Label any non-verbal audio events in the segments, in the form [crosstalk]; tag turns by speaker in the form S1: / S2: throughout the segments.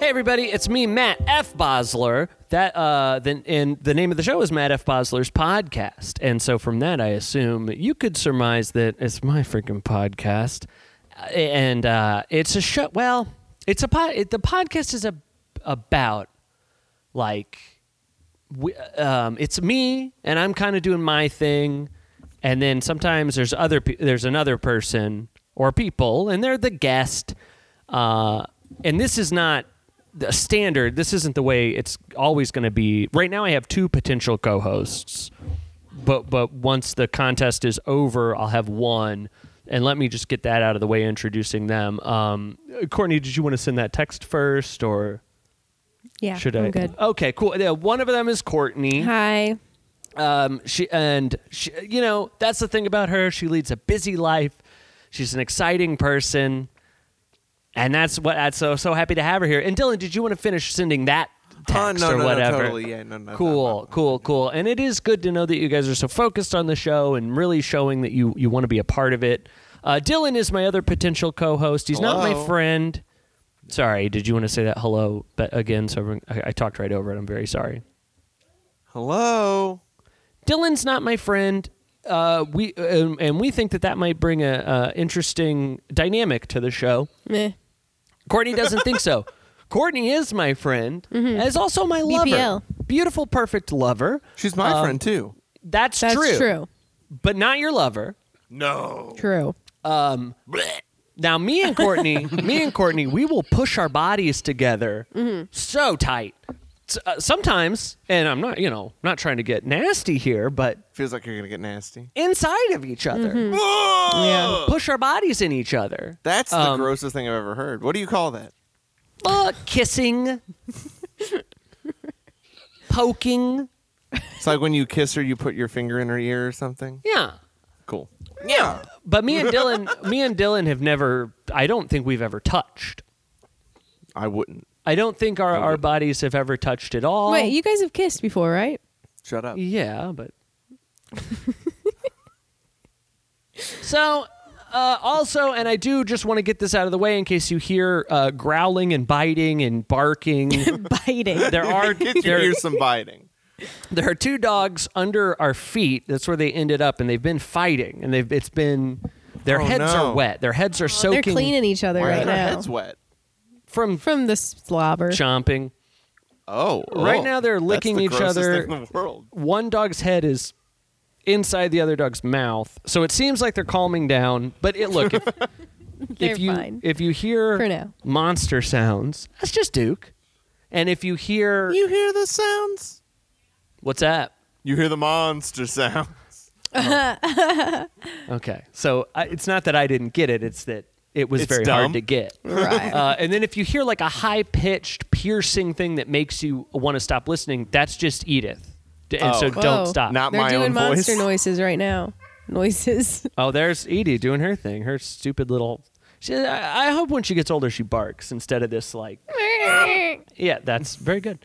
S1: everybody, it's me, Matt F. Bosler. That uh, then, and the name of the show is Matt F. Bosler's podcast. And so from that, I assume you could surmise that it's my freaking podcast, Uh, and uh, it's a show. Well, it's a pod. It, the podcast is a, about like we, um, it's me and I'm kind of doing my thing, and then sometimes there's other pe- there's another person or people, and they're the guest. Uh, and this is not the standard. This isn't the way it's always going to be. Right now, I have two potential co-hosts, but but once the contest is over, I'll have one. And let me just get that out of the way, introducing them. Um, Courtney, did you want to send that text first, or
S2: Yeah,
S1: should
S2: I'm
S1: I? Oh,
S2: good.
S1: Okay, cool. Yeah, one of them is Courtney.
S2: Hi.
S1: Um, she and she, you know, that's the thing about her. She leads a busy life. She's an exciting person, and that's what. I'm so so happy to have her here. And Dylan, did you want to finish sending that text
S3: Oh, no,
S1: or
S3: no, no,
S1: whatever?
S3: totally. Yeah, no, no, no,
S1: Cool,
S3: no, no,
S1: cool, cool. And it is good to know that you guys are so focused on the show and really showing that you you want to be a part of it. Uh, Dylan is my other potential co-host. He's not my
S3: Hello.
S1: friend. Sorry, did you want to say that hello but again? So everyone- I, I talked right over it. I'm very sorry.
S3: Hello.
S1: Dylan's not my friend. Uh, we um, and we think that that might bring a uh, interesting dynamic to the show.
S2: Meh.
S1: Courtney doesn't think
S2: [laughs]
S1: so. Courtney is my friend,
S2: Mm-hmm.
S1: and is also my lover.
S2: BPL.
S1: Beautiful, perfect lover.
S3: She's my
S1: Um,
S3: friend too.
S1: That's,
S2: That's true. True.
S1: but not your lover.
S3: No.
S1: Now, me and
S2: [laughs]
S1: Courtney, me and Courtney, we will push our bodies together
S2: Mm-hmm.
S1: so tight. S- uh, sometimes, and I'm not, you know, not trying to get nasty here, but
S3: Feels like you're gonna get nasty.
S1: inside of each other,
S2: Mm-hmm.
S3: Oh.
S2: Yeah.
S1: push our bodies in each other.
S3: That's the
S1: Um,
S3: grossest thing I've ever heard. What do you call that?
S1: uh, kissing, poking.
S3: It's like when you kiss her, you put your finger in her ear or something.
S1: Yeah.
S3: Cool.
S1: Yeah. But me and Dylan, me and Dylan have never, I don't think we've ever touched.
S3: I wouldn't.
S1: I don't think our, our bodies have ever touched at all.
S2: Wait, you guys have kissed before,
S3: [laughs]
S2: right?
S3: Shut up.
S1: Yeah, but. so, uh, also, and I do just want to get this out of the way in case you hear uh, growling and biting and
S2: [laughs]
S1: barking.
S2: Biting.
S1: there are [laughs]
S3: Get your
S1: there-
S3: ears some biting.
S1: there are two dogs under our feet. That's where they ended up, and they've been fighting, and they've it's been their
S3: Oh,
S1: heads
S3: no.
S1: are wet. Their heads are
S2: Oh, They're
S1: soaking
S2: cleaning each other
S3: Why
S2: right
S3: are their
S2: now
S3: heads wet?
S1: from
S2: from the slobber.
S1: chomping.
S3: Oh,
S1: Right
S3: oh.
S1: now they're
S3: That's
S1: licking
S3: the
S1: each
S3: grossest
S1: other.
S3: Thing in the world.
S1: One dog's head is inside the other dog's mouth, so it seems like they're calming down. But it look
S2: [laughs]
S1: if,
S2: They're
S1: if you
S2: fine.
S1: if you hear
S2: For now.
S1: monster sounds, that's just Duke. And if you hear
S3: You hear the sounds?
S1: what's that?
S3: You hear the
S1: [laughs]
S3: monster sounds.
S1: Okay, so I, it's not that I didn't get it; it's that it was
S3: It's
S1: very hard
S3: dumb.
S1: to get.
S2: [laughs] right.
S1: Uh, and then if you hear like a high pitched, piercing thing that makes you want to stop listening, that's just Edith. D- And
S3: Oh.
S1: so
S2: Whoa.
S1: don't stop.
S3: [laughs] Not
S2: They're
S3: my
S2: doing
S3: own voice. [laughs]
S2: monster noises right now. Noises.
S1: oh, there's Edie doing her thing, her stupid little. She, I, I hope when she gets older, she barks instead of this like. Yeah, that's very good.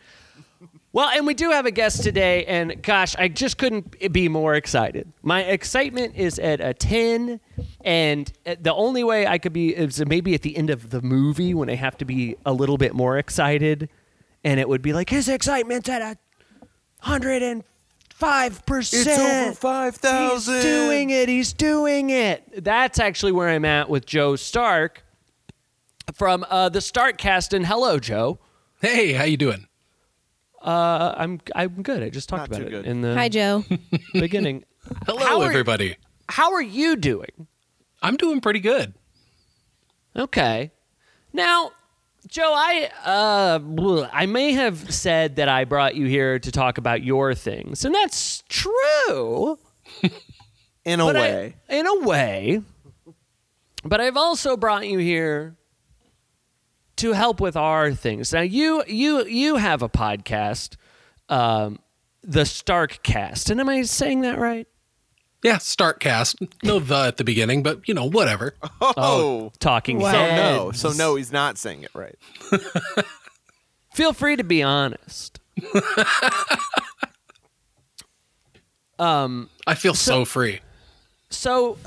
S1: Well, and we do have a guest today, and gosh, I just couldn't be more excited. My excitement is at a 10, and uh, the only way I could be is maybe at the end of the movie when I have to be a little bit more excited, and it would be like, his excitement's at a 105%.
S3: It's over five thousand.
S1: He's doing it. He's doing it. That's actually where I'm at with Joe Stark from uh, the Stark cast. And hello, Joe.
S4: Hey, how you doing?
S1: Uh, I'm I'm good. I just talked
S3: Not
S1: about it
S3: too good.
S1: in the
S2: Hi, [laughs] Joe.
S1: [laughs] beginning.
S4: Hello,
S1: How are-
S4: everybody.
S1: How are you doing?
S4: I'm doing pretty good.
S1: Okay. Now, Joe, I uh, bleh, I may have said that I brought you here to talk about your things, and that's true.
S3: In a
S1: But I-
S3: way.
S1: in a way. But I've also brought you here to help with our things. Now you you you have a podcast, um, the Stark Cast, and am I saying that right?
S4: Yeah, start cast. No the at the beginning, but you know, whatever.
S3: oh.
S1: Talking
S2: Wow.
S3: So
S1: Heads.
S3: no. So no, he's not saying it right.
S1: Feel free to be honest.
S4: I
S1: [laughs]
S4: feel so, free.
S1: So,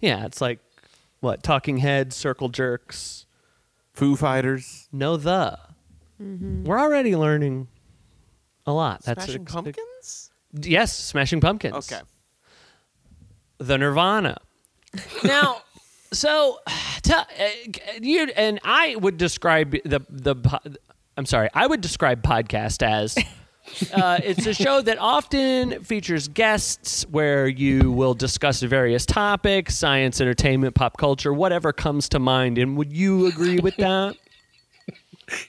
S1: yeah, it's like what Talking Heads, Circle Jerks,
S3: Foo Fighters.
S1: No, the. We're already learning a lot. That's
S3: Mm-hmm. Smashing
S1: ex-
S3: Pumpkins?
S1: Yes, Smashing Pumpkins.
S3: Okay.
S1: The Nirvana. now, [laughs] so [sighs] t- uh, you and I would describe the the. po- I'm sorry. I would describe podcast as. Uh, it's a show that often features guests where you will discuss various topics, science, entertainment, pop culture, whatever comes to mind. And would you agree with that?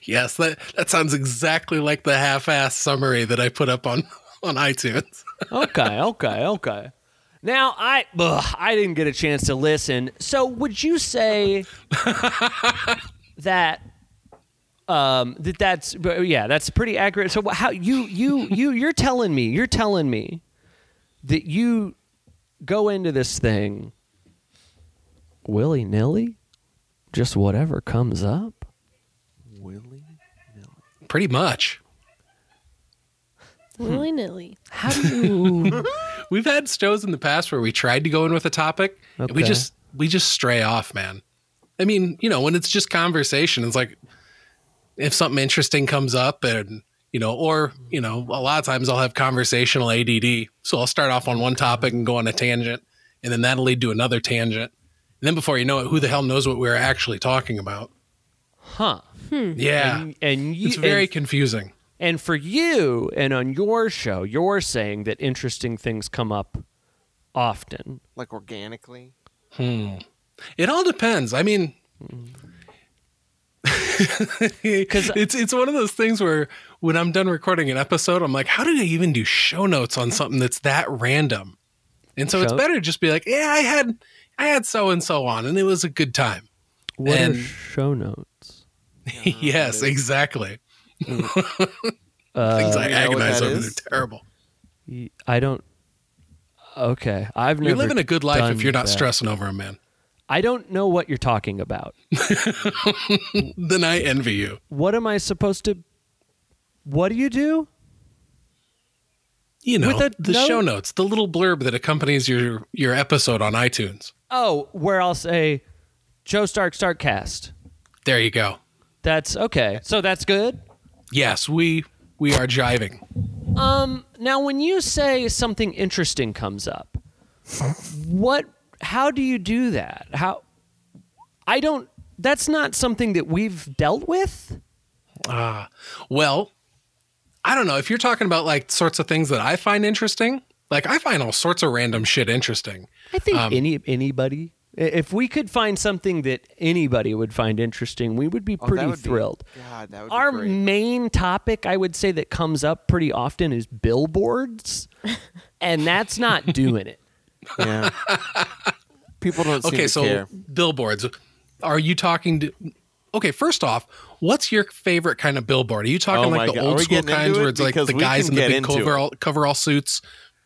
S4: Yes, that that sounds exactly like the half-ass summary that I put up on [laughs] on iTunes.
S1: okay, okay, okay. Now I ugh, I didn't get a chance to listen. So would you say that um that that's but yeah, that's pretty accurate. So how you you you you're telling me, you're telling me that you go into this thing willy-nilly just whatever comes up?
S3: Willie.
S4: Pretty much.
S2: Willy nilly.
S1: How do you
S4: We've had shows in the past where we tried to go in with a topic and we
S1: Okay.
S4: just we just stray off, man. I mean, you know, when it's just conversation, it's like if something interesting comes up and you know, or you know, a lot of times I'll have conversational ADD. So I'll start off on one topic and go on a tangent, and then that'll lead to another tangent. And then before you know it, who the hell knows what we we're actually talking about?
S1: huh?
S4: Yeah.
S1: Hmm. And, and you
S4: it's very
S1: and-
S4: confusing.
S1: And for you, and on your show, you're saying that interesting things come up often.
S3: Like organically.
S4: It all depends.
S1: [laughs]
S4: I mean, because
S1: uh,
S4: it's it's one of those things where when I'm done recording an episode, I'm like, how did I even do show notes on something that's that random? And so it's
S1: Show-
S4: better to just be like, yeah, I had I had so and so on, and it was a good time. [laughs]
S1: What
S4: And-
S1: are show notes?
S4: yes, exactly.
S1: Uh,
S4: Things I
S3: you know what
S4: agonize
S3: that
S4: over,
S3: is?
S4: they're terrible.
S1: y- I don't. Okay, I've never.
S4: You're living a good life
S1: done
S4: if you're not
S1: that.
S4: stressing over them, man.
S1: I don't know what you're talking about.
S4: Then I envy you.
S1: What am I supposed to? What do you do?
S4: You know,
S1: With a
S4: the
S1: note?
S4: show notes, the little blurb that accompanies your your episode on iTunes.
S1: Oh, where I'll say, Joe Stark Starkcast.
S4: There you go.
S1: That's okay. So that's good.
S4: Yes, we we are jiving.
S1: Now, when you say something interesting comes up, what? How do you do that? How? I don't. That's not something that we've dealt with.
S4: Well, I don't know if you're talking about like sorts of things that I find interesting. Like I find all sorts of random shit interesting.
S1: I think
S3: Um,
S1: any anybody. i- If we could find something that anybody would find interesting, we would be
S3: Oh, that
S1: pretty
S3: would be-
S1: thrilled.
S3: God, that would
S1: Our
S3: be
S1: [laughs]
S3: great.
S1: main topic, I would say, that comes up pretty often is
S3: [laughs]
S1: billboards, and that's not doing it.
S3: yeah. People don't seem
S4: Okay,
S3: to
S4: so
S3: care.
S4: billboards. Are you talking to? Okay, first off, what's your favorite kind of billboard? Are you talking
S3: Oh my
S4: like the
S3: God, are
S4: old
S3: we
S4: school
S3: getting into
S4: kinds
S3: it?
S4: where it's like
S3: Because
S4: the
S3: we
S4: guys
S3: can
S4: in the
S3: get
S4: big
S3: into it.
S4: coverall coverall suits,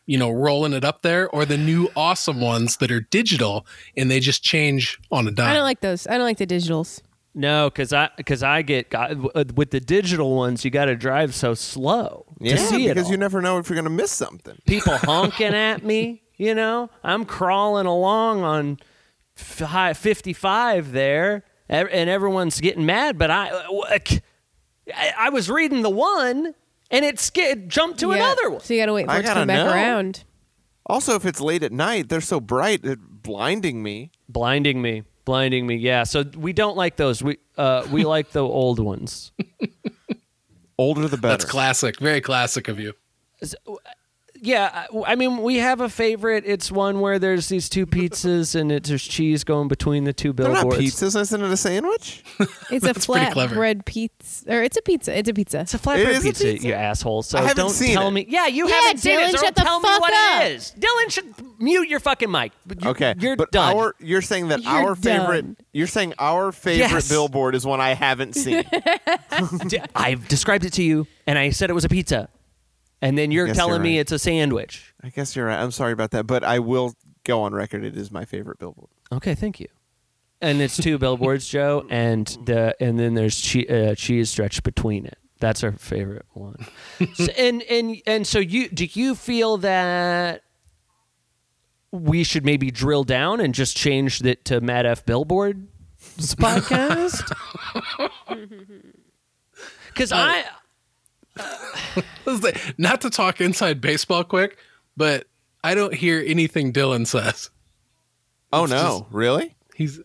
S4: you know, rolling it up there, or the new awesome ones that are digital and they just change on a dime?
S2: I don't like those. I don't like the digitals.
S1: No, because I because I get got, with the digital ones, you got to drive so slow
S3: Yeah,
S1: to see
S3: because
S1: it. all.
S3: you never know if you're going to miss something.
S1: People honking at me, you know. I'm crawling along on f- high 55 there, ev- and everyone's getting mad. But I, uh, I, I was reading the one, and it, sk- it jumped to
S2: Yeah.
S1: another one.
S2: So you gotta wait for it
S3: I
S2: to
S3: gotta
S2: come back
S3: know.
S2: around.
S3: Also, if it's late at night, they're so bright, it blinding me.
S1: blinding me blinding me yeah so we don't like those we uh we like the old ones
S3: Older the better.
S4: That's classic, very classic of you.
S1: Yeah, I I mean, we have a favorite. It's one where there's these two pizzas and it, there's cheese going between the two
S3: They're not
S1: billboards.
S3: pizzas. Isn't it a sandwich?
S2: It's a
S4: pretty
S2: flat
S4: clever.
S2: bread pizza, or it's a pizza. It's a pizza.
S1: It's a
S3: It
S1: flatbread
S3: is a
S1: pizza,
S3: pizza.
S1: you asshole. So
S3: I haven't
S1: don't
S3: seen
S1: tell
S3: it.
S1: me. Yeah, you
S2: Yeah,
S1: haven't seen it.
S2: Dylan,
S1: So
S2: shut
S1: don't
S2: the
S1: tell me
S2: fuck
S1: what
S2: up.
S1: it is. Dylan should mute your fucking mic. You-
S3: Okay,
S1: you're
S3: but
S1: done.
S3: our you're saying that
S2: You're
S3: our
S2: done.
S3: favorite you're saying our favorite
S1: Yes.
S3: billboard is one I haven't seen.
S1: [laughs] D- I've described it to you, and I said it was a pizza, and then you're
S3: Yes,
S1: telling
S3: you're
S1: me
S3: right.
S1: it's a sandwich.
S3: I guess you're right. I'm sorry about that, but I will go on record. It is my favorite billboard.
S1: Okay, thank you. And it's two billboards, [laughs] Joe, and the and then there's che- uh, cheese stretched between it. That's our favorite one. so, [laughs] and and and so you do you feel that we should maybe drill down and just change it to Matt F billboard? Billboards [laughs] podcast. Because I,
S4: [laughs] Let's say- Not to talk inside baseball quick, but I don't hear anything Dylan says.
S3: Oh no, really?
S4: He's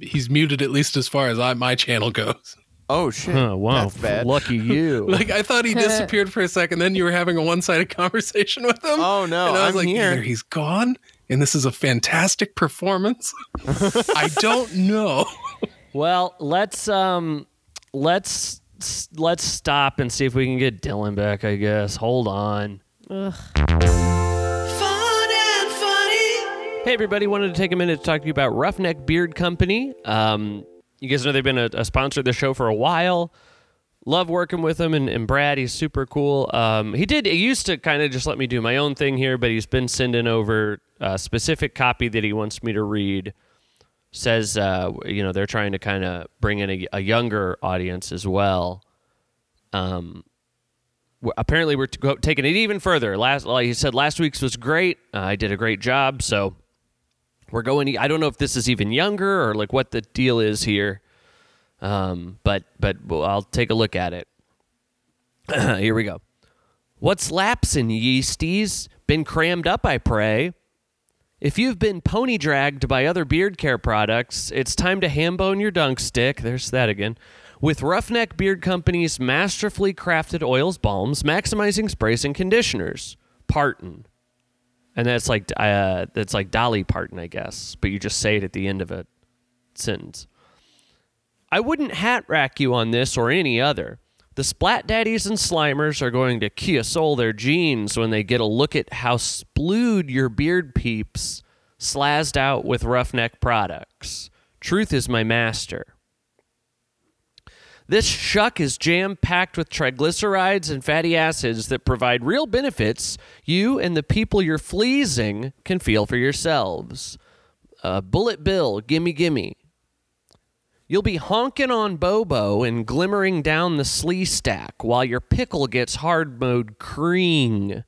S4: he's muted at least as far as I, my channel goes.
S3: Oh shit.
S1: oh, wow, [laughs]
S3: That's bad.
S1: lucky
S3: [laughs]
S1: you.
S4: Like I thought he disappeared for a second, then you were having a one-sided [laughs] conversation with him.
S3: Oh, no,
S4: And I was
S3: I'm
S4: like,
S3: here.
S4: either he's gone, and this is a fantastic
S3: [laughs]
S4: performance. I don't know.
S1: Well, let's um, let's let's stop and see if we can get Dylan back. I guess. Hold on.
S2: Ugh.
S1: Hey, everybody. Wanted to take a minute to talk to you about Roughneck Beard Company. Um, you guys know they've been a, a sponsor of the show for a while. Love working with him and, and Brad. He's super cool. Um, he did. He used to kind of just let me do my own thing here, but he's been sending over a specific copy that he wants me to read. Says, uh, you know, they're trying to kind of bring in a, a younger audience as well. Um, we apparently we're t- go- taking it even further. Last, like you said, last week's was great. Uh, I did a great job, so we're going. e- I don't know if this is even younger or like what the deal is here, um, but but well, I'll take a look at it. [clears throat] here we go. What's lapsin', yeasties? Been crammed up, I pray. If you've been pony dragged by other beard care products, it's time to hambone your dunk stick. There's that again. With Roughneck Beard Company's masterfully crafted oils, balms, maximizing sprays, and conditioners. Parton. And that's like uh, that's like Dolly Parton, I guess, but you just say it at the end of a sentence. I wouldn't hat rack you on this or any other. The Splat Daddies and Slimers are going to Kia Soul their jeans when they get a look at how splued your beard peeps slazzed out with Roughneck products. Truth is my master. This shuck is jam packed with triglycerides and fatty acids that provide real benefits you and the people you're fleasing can feel for yourselves. Uh, Bullet Bill, gimme, gimme. You'll be honking on Bobo and glimmering down the slee stack while your pickle gets hard mode creeing.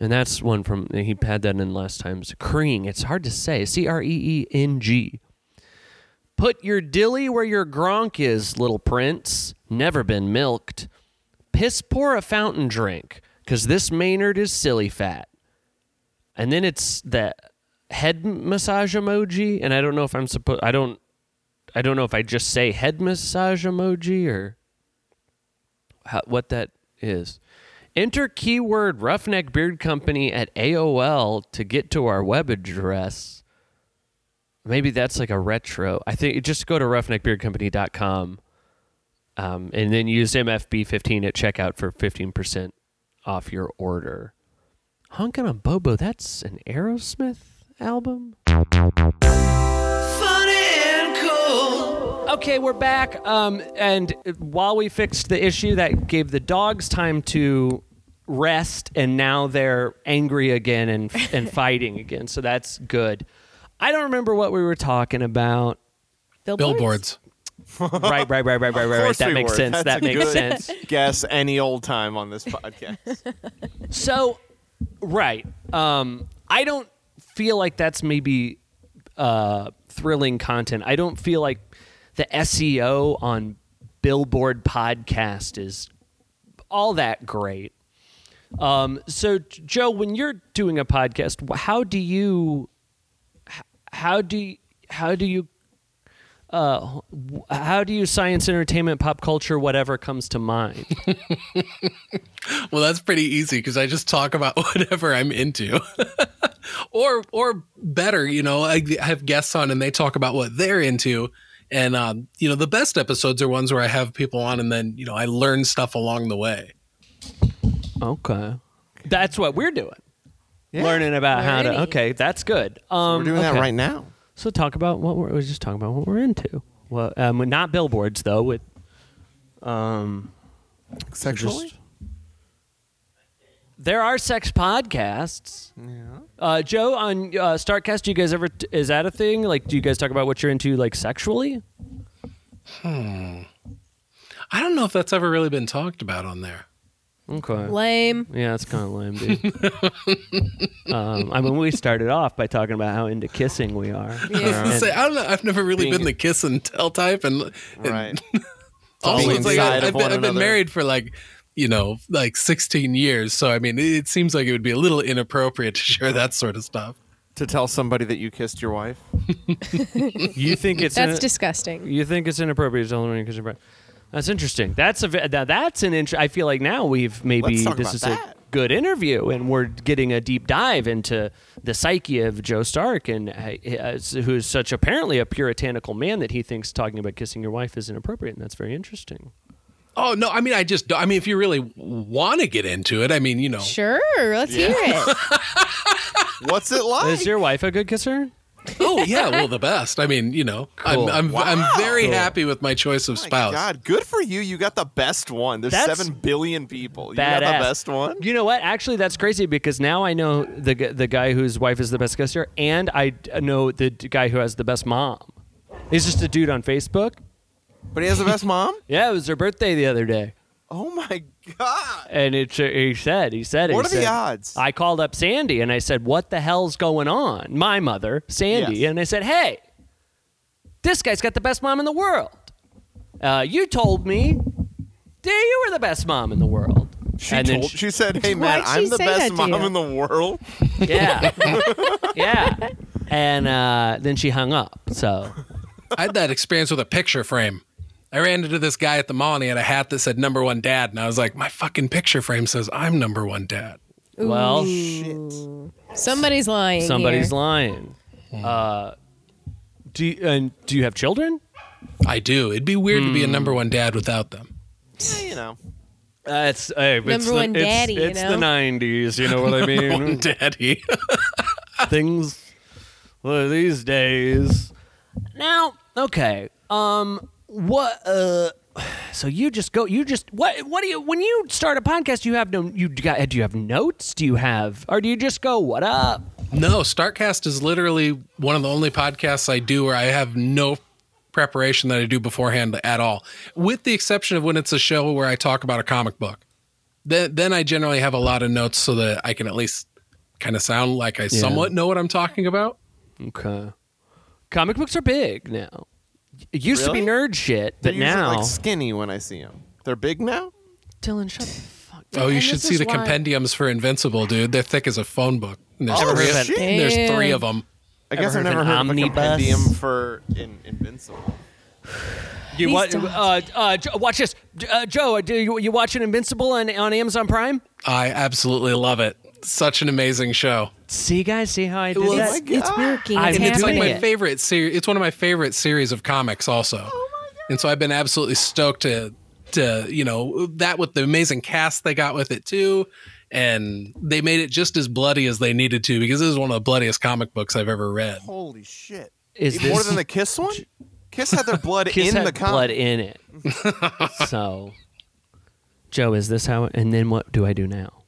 S1: And that's one from he had that in last time's creeing. It's hard to say. C R E E N G. Put your dilly where your gronk is, little prince. Never been milked. Piss pour a fountain drink, 'cause this Maynard is silly fat. And then it's the head massage emoji, and I don't know if I'm supposed. I don't. I don't know if I just say head massage emoji or how, what that is. Enter keyword Roughneck Beard Company at AOL to get to our web address. Maybe that's like a retro. I think just go to roughneckbeardcompany.com um, and then use MFB15 at checkout for 15% off your order. Honkin' on Bobo, that's an Aerosmith album? Okay, we're back. Um, and while we fixed the issue, that gave the dogs time to rest, and now they're angry again and [laughs] and fighting again. So that's good. I don't remember what we were talking about.
S2: Billboards?
S4: Billboards.
S1: [laughs] Right, right, right, right, right, right. right.
S3: course
S1: That
S3: we
S1: makes
S3: were.
S1: sense.
S3: That's
S1: that
S3: a
S1: makes
S3: good
S1: sense.
S3: Guess any old time on this [laughs] podcast.
S1: [laughs] So, right. Um, I don't feel like that's maybe uh, thrilling content. I don't feel like the SEO on Billboard podcast is all that great. Um, so, J- Joe, when you're doing a podcast, wh- how do you, h- how do you, how do you, uh, wh- how do you science, entertainment, pop culture, whatever comes to mind?
S4: Well, that's pretty easy because I just talk about [laughs] whatever I'm into. [laughs] or or better, you know, I have guests on and they talk about what they're into. And um, you know, the best episodes are ones where I have people on and then, you know, I learn stuff along the way.
S1: Okay. That's what we're doing.
S3: Yeah.
S1: Learning about how to.
S2: Alrighty.
S1: Okay, that's good. Um,
S3: We're doing that
S1: okay.
S3: right now.
S1: So talk about what we're, we we're just talking about what we're into. Well, um, not billboards though. With
S3: Sexually?
S1: there are sex podcasts. Yeah. Uh, Joe on uh, Startcast, do you guys ever t- is that a thing? Like, do you guys talk about what you're into, like sexually?
S4: I don't know if that's ever really been talked about on there. [laughs]
S1: Okay.
S2: Lame.
S1: Yeah, that's kind of lame, dude. um, I mean, we started off by talking about how into kissing we are.
S2: Yeah.
S1: And-
S4: Say, I don't know. I've never really been the kiss and tell type, and, and
S3: Right. [laughs]
S4: also
S3: Being
S4: it's like
S3: inside
S4: I,
S3: of
S4: I've, been,
S3: one
S4: I've been
S3: another.
S4: married for like you know like 16 years, so I mean it, it seems like it would be a little inappropriate to share that sort of stuff.
S3: to tell somebody that you kissed your wife.
S1: you think it's
S2: That's
S1: in-
S2: disgusting.
S1: you think it's inappropriate to tell anyone because you're bi- That's interesting. That's a ve- now that's an int- I feel like now we've maybe
S3: Let's talk
S1: this
S3: about
S1: is a
S3: that.
S1: good interview and we're getting a deep dive into the psyche of Joe Stark and uh, uh, who is such apparently a puritanical man that he thinks talking about kissing your wife is inappropriate and that's very interesting.
S4: Oh no, I mean I just don't- I mean if you really want to get into it, I mean you know
S2: Sure. Let's hear it.
S3: What's it like?
S1: Is your wife a good kisser?
S4: oh yeah, well the best. I mean you know
S1: Cool.
S4: I'm I'm, I'm very
S1: Cool.
S4: happy with my choice of
S3: Oh My
S4: spouse.
S3: God, good for you. You got the best one. There's
S1: That's
S3: seven billion people. You
S1: Badass.
S3: got the best one.
S1: You know what? Actually, that's crazy because now I know the gu- the guy whose wife is the best kisser, and I d- know the d- guy who has the best mom. He's just a dude on Facebook.
S3: But he has the best mom?
S1: Yeah, it was her birthday the other day,
S3: Oh my God.
S1: and it he said he said it.
S3: What
S1: he
S3: are the
S1: said-
S3: odds?
S1: I called up Sandy and I said, "What the hell's going on?" My mother, Sandy,
S3: Yes.
S1: and I said, "Hey, this guy's got the best mom in the world. Uh, you told me, that you were the best mom in the world."
S3: She
S1: and then
S3: told,
S1: she-
S3: she said, "Hey man,
S2: Why'd she
S3: I'm the
S2: say that
S3: best
S2: to
S3: mom
S2: you?
S3: in the world."
S1: Yeah. [laughs] yeah. And uh, then she hung up. So
S4: I had that experience with a picture frame. I ran into this guy at the mall and he had a hat that said number one dad. And I was like, my fucking picture frame says I'm number one dad.
S1: Well,
S2: Somebody's lying.
S1: somebody's
S2: here.
S1: lying. Uh, do you, and do you have children?
S4: I do. It'd be weird to be a
S1: Hmm.
S4: number one dad without them.
S3: Yeah, you know.
S1: Uh, it's hey, it's
S2: Number
S1: the,
S2: one
S1: it's-
S2: daddy, you
S1: It's,
S2: know?
S1: the '90s. You know what
S2: [laughs]
S1: I
S4: [laughs]
S1: mean?
S4: Daddy.
S1: Things well, these days. Now, okay. Um, what? Uh, so you just go. You just what? What do you? When you start a podcast, you have no. You got? Do you have notes? Do you have? Or do you just go? What up?
S4: no, Starcast is literally one of the only podcasts I do where I have no preparation that I do beforehand at all, with the exception of when it's a show where I talk about a comic book. Then, then I generally have a lot of notes so that I can at least kind of sound like I somewhat know what I'm talking about.
S1: Okay. Comic books are big now. It used to be nerd shit,
S3: They're
S1: but
S3: usually,
S1: now
S3: like skinny when I see them. They're big now.
S1: Dylan, shut the fuck.
S4: Oh, you
S1: And
S4: should
S1: this
S4: see
S1: is
S4: the
S1: why-
S4: compendiums for Invincible, dude. They're thick as a phone book. And There's,
S3: Oh,
S4: three, of,
S3: shit.
S4: there's
S2: Damn.
S4: three of them.
S3: I guess I've
S1: Ever heard
S3: never
S1: of
S3: heard
S1: an
S3: of a
S1: omnibus?
S3: compendium for in, Invincible.
S1: You
S2: Please
S1: what?
S2: don't.
S1: Uh, uh, Jo- watch this, J- uh, Joe. uh, Do you, you watching Invincible on, on Amazon Prime?
S4: I absolutely love it. Such an amazing show.
S1: See, guys, see how I did
S4: Well,
S1: that?
S2: It's,
S3: my
S2: it's
S3: God.
S2: working.
S1: I
S2: It's
S1: mean,
S4: It's like
S2: happening.
S4: my
S1: it.
S4: favorite series. It's one of my favorite series of comics, also. And so I've been absolutely stoked to to you know that with the amazing cast they got with it too, and they made it just as bloody as they needed to because this is one of the bloodiest comic books I've ever read.
S3: Holy shit!
S1: Is
S3: Even more
S1: this-
S3: than the Kiss one? Kiss had
S1: [laughs]
S3: their blood
S1: Kiss
S3: in
S1: had
S3: the comic.
S1: blood in [laughs] it. so, Joe, is this how? And then what do I do now?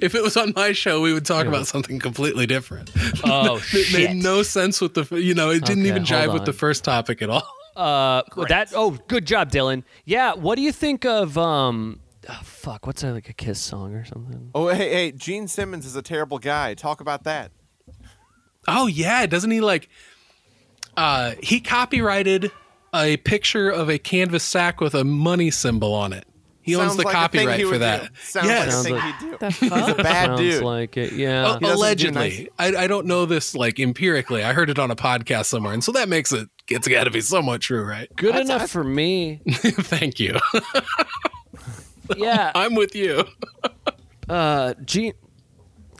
S4: If it was on my show, we would talk
S1: Yeah.
S4: about something completely different.
S1: [laughs] Oh
S4: It
S1: shit!
S4: made no sense with the f- you know it didn't
S1: Okay,
S4: even
S1: hold
S4: jive with the
S1: on.
S4: first topic at all.
S1: Uh, that oh, good job, Dylan. Yeah, what do you think of um? Oh, fuck, what's that like a Kiss song or something?
S3: Oh hey hey, Gene Simmons is a terrible guy. Talk about that.
S4: Oh yeah, doesn't he like? Uh, he copyrighted a picture of a canvas sack with a money symbol on it. He owns
S3: Sounds
S4: the
S3: like a thing
S4: copyright
S3: he
S4: for
S3: would
S4: that.
S3: Do. Sounds
S4: yes,
S1: Sounds
S3: like a
S1: like-
S3: thing he'd do.
S2: The fuck?
S3: He's a bad
S1: Sounds
S3: dude. Oh,
S1: like it. Yeah.
S4: A-
S3: do
S4: allegedly. I, I don't know this like empirically. I heard it on a podcast somewhere, and so that makes it. It's got to be somewhat true, right?
S1: Good enough for
S3: [laughs]
S1: me.
S4: [laughs] Thank you. [laughs]
S1: yeah.
S4: I'm with you.
S1: Uh, Gene.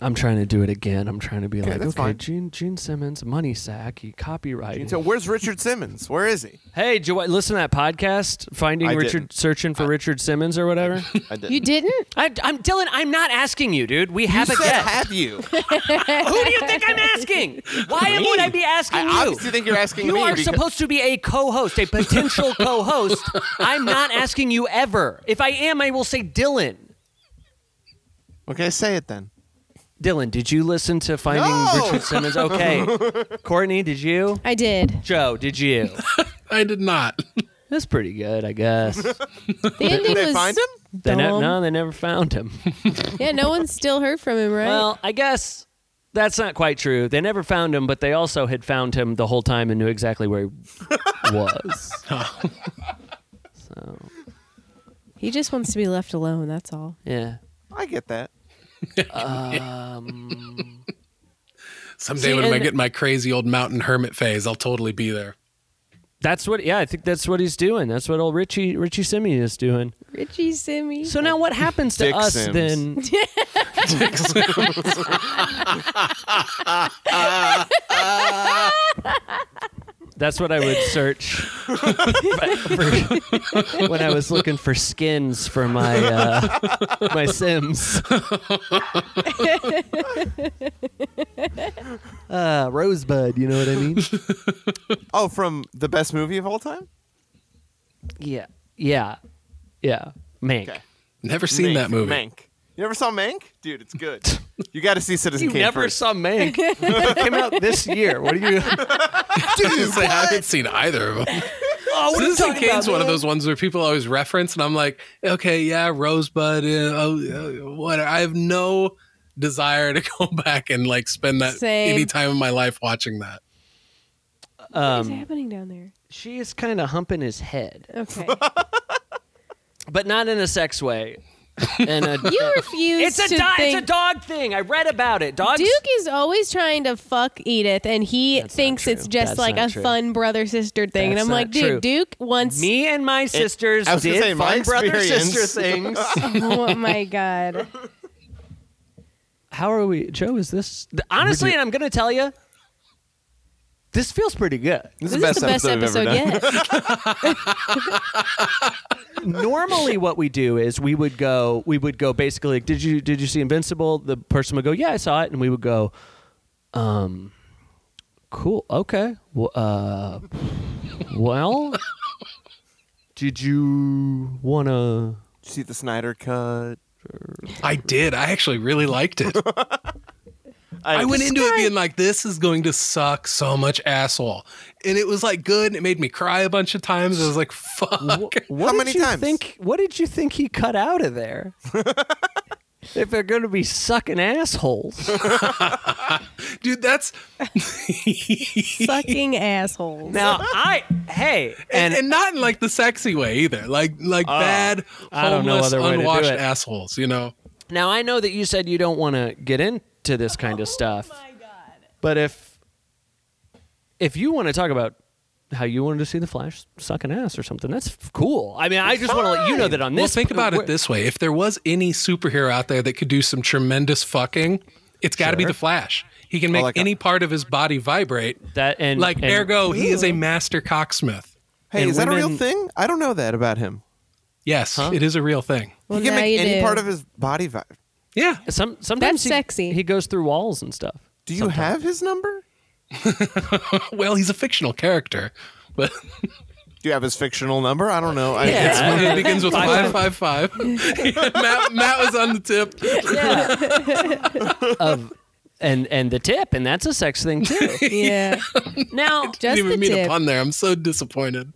S1: I'm trying to do it again. I'm trying to be like,
S3: that's
S1: okay,
S3: fine.
S1: Gene, Gene Simmons, money sack, he copyrighted.
S3: So where's Richard Simmons? Where is he?
S1: hey, do you listen to that podcast? Finding
S3: I
S1: Richard,
S3: didn't.
S1: searching for Richard Simmons or
S3: [laughs]
S1: whatever.
S3: I didn't.
S2: You didn't?
S1: I, I'm Dylan. I'm not asking you, dude. We have
S3: You
S1: a
S3: said,
S1: guest.
S2: [laughs]
S3: have you?
S1: Who do you think I'm asking? Why
S3: Me.
S1: would I be asking you?
S3: I obviously think you're asking
S1: You
S3: me.
S1: are
S3: because-
S1: supposed to be a co-host, a
S3: [laughs]
S1: potential co-host. I'm not asking you ever. If I am, I will say Dylan.
S3: Okay, say it then.
S1: Dylan, did you listen to Finding
S3: No!
S1: Richard Simmons?
S3: [laughs]
S1: Okay. Courtney, did you?
S2: I did.
S3: [laughs]
S1: Joe, did you?
S4: I did not.
S1: That's pretty good, I guess.
S2: The ending
S3: they
S2: was
S3: find him?
S1: they ne-
S2: dumb.
S1: no, they never found him.
S2: Yeah, no one's still heard from him, right?
S1: Well, I guess that's not quite true. They never found him, but they also had found him the whole time and knew exactly where he was. so,
S2: he just wants to be left alone. That's all.
S1: yeah.
S3: I get that.
S1: Um,
S4: Someday
S1: See,
S4: when I
S1: and-
S4: get my crazy old mountain hermit phase, I'll totally be there.
S1: that's what. Yeah, I think that's what he's doing. That's what old Richie Richie Simeon is doing.
S2: Richie Simmy.
S1: So now, what happens to
S3: Dick
S1: us
S3: Sims. [laughs]
S1: [laughs] then? That's what I would search for- for- when I was looking for skins for my uh, my Sims. [laughs] uh, Rosebud, you know what I mean?
S3: Oh, from the best movie of all time?
S1: Yeah, yeah, yeah. Mank.
S3: Okay.
S4: Never seen
S3: Mank.
S4: that movie.
S3: Mank. You never saw Mank? Dude, it's [laughs] good. You got to see Citizen
S1: You
S3: Kane.
S1: never
S3: first.
S1: saw Mank. it came out this year. What are you?
S4: It's like, [laughs] I haven't seen either of them.
S1: [laughs] Oh, what are you
S4: Citizen
S1: talking about,
S4: Kane's one of
S1: man?
S4: those ones where people always reference, and I'm like, okay, yeah, Rosebud. Uh, oh, uh, what? I have no desire to [laughs] go back and like spend that
S2: Same.
S4: any time in my life watching that.
S2: What is happening down there?
S1: She is kind of humping his head,
S3: [laughs]
S2: Okay.
S1: but not in a sex way. And a,
S2: [laughs] You
S1: [laughs] it's
S2: refuse
S1: a
S2: to
S1: do-
S2: think.
S1: it's a dog thing. I read about it. Dogs.
S2: Duke is always trying to fuck Edith, and he
S1: That's not
S2: thinks it's
S1: true.
S2: just
S1: That's
S2: like
S1: not
S2: a
S1: true.
S2: fun brother sister thing.
S1: That's
S2: and I'm
S1: not
S2: like, dude,
S1: true.
S2: Duke wants.
S1: Me and my sisters
S3: I was gonna
S1: did
S3: say, my
S1: fun brother
S3: experience.
S1: sister [laughs] things.
S2: [laughs] oh my god.
S1: How are we, Joe? Is this honestly? And I'm gonna tell you, this feels pretty good.
S3: This,
S2: This is the best episode
S3: I've ever done.
S2: yet.
S1: [laughs] normally what we do is we would go we would go basically like, did you did you see invincible the person would go yeah i saw it and we would go um cool okay well, uh well did you wanna
S3: Did you [laughs] see the Snyder cut?
S4: I did. I actually really
S1: [laughs]
S4: liked it. I went into it being like, this is going to suck so much asshole. And it was like good and it made me cry a bunch of times. I was like, fuck. [laughs]
S1: what
S3: How
S1: did
S3: many
S1: you
S3: times?
S1: think what did you think he cut out of there if they're gonna be sucking assholes
S4: Dude, that's
S3: [laughs]
S2: Fucking assholes.
S1: now i hey
S4: and, and not in like the sexy way either. Like like bad
S1: Uh, I don't know
S4: homeless
S1: other way to do
S4: unwashed
S1: it.
S4: assholes, you know.
S1: Now I know that you said you don't want to get into this kind of
S2: Oh
S1: stuff. But if if you want to talk about how you wanted to see the Flash sucking ass or something, that's f- cool. I mean, I just want to let you know that on
S4: Well,
S1: this.
S4: think about
S1: we're-
S4: it this way. If there was any superhero out there that could do some tremendous fucking, it's got to be the Flash. He can make
S3: like a-
S4: any part of his body vibrate.
S1: that and
S4: Like
S1: and-
S4: ergo, he is a master cocksmith.
S3: Hey,
S1: and
S3: is that a real
S1: women-
S3: thing? I don't know that about him.
S4: Yes, it is a real thing.
S2: Well,
S3: he can
S2: now
S3: make
S2: you
S3: any
S2: do.
S3: part of his body. Vi-
S1: [laughs]
S4: Yeah.
S1: Some sometimes
S2: That's
S1: he-
S2: sexy.
S1: He goes through walls and stuff.
S3: Do you have his number?
S4: Well, he's a fictional character, but
S3: Do you have his fictional number? I don't know. I,
S1: [laughs] Yeah.
S4: it's one that begins with five five five. [laughs] Matt, Matt was on the tip.
S1: Yeah. of and and the tip, and that's a sex thing
S4: [laughs]
S1: too.
S2: [laughs] Yeah.
S1: now
S2: Just
S4: Didn't
S2: the
S4: even mean
S2: tip.
S4: a pun there. I'm so disappointed.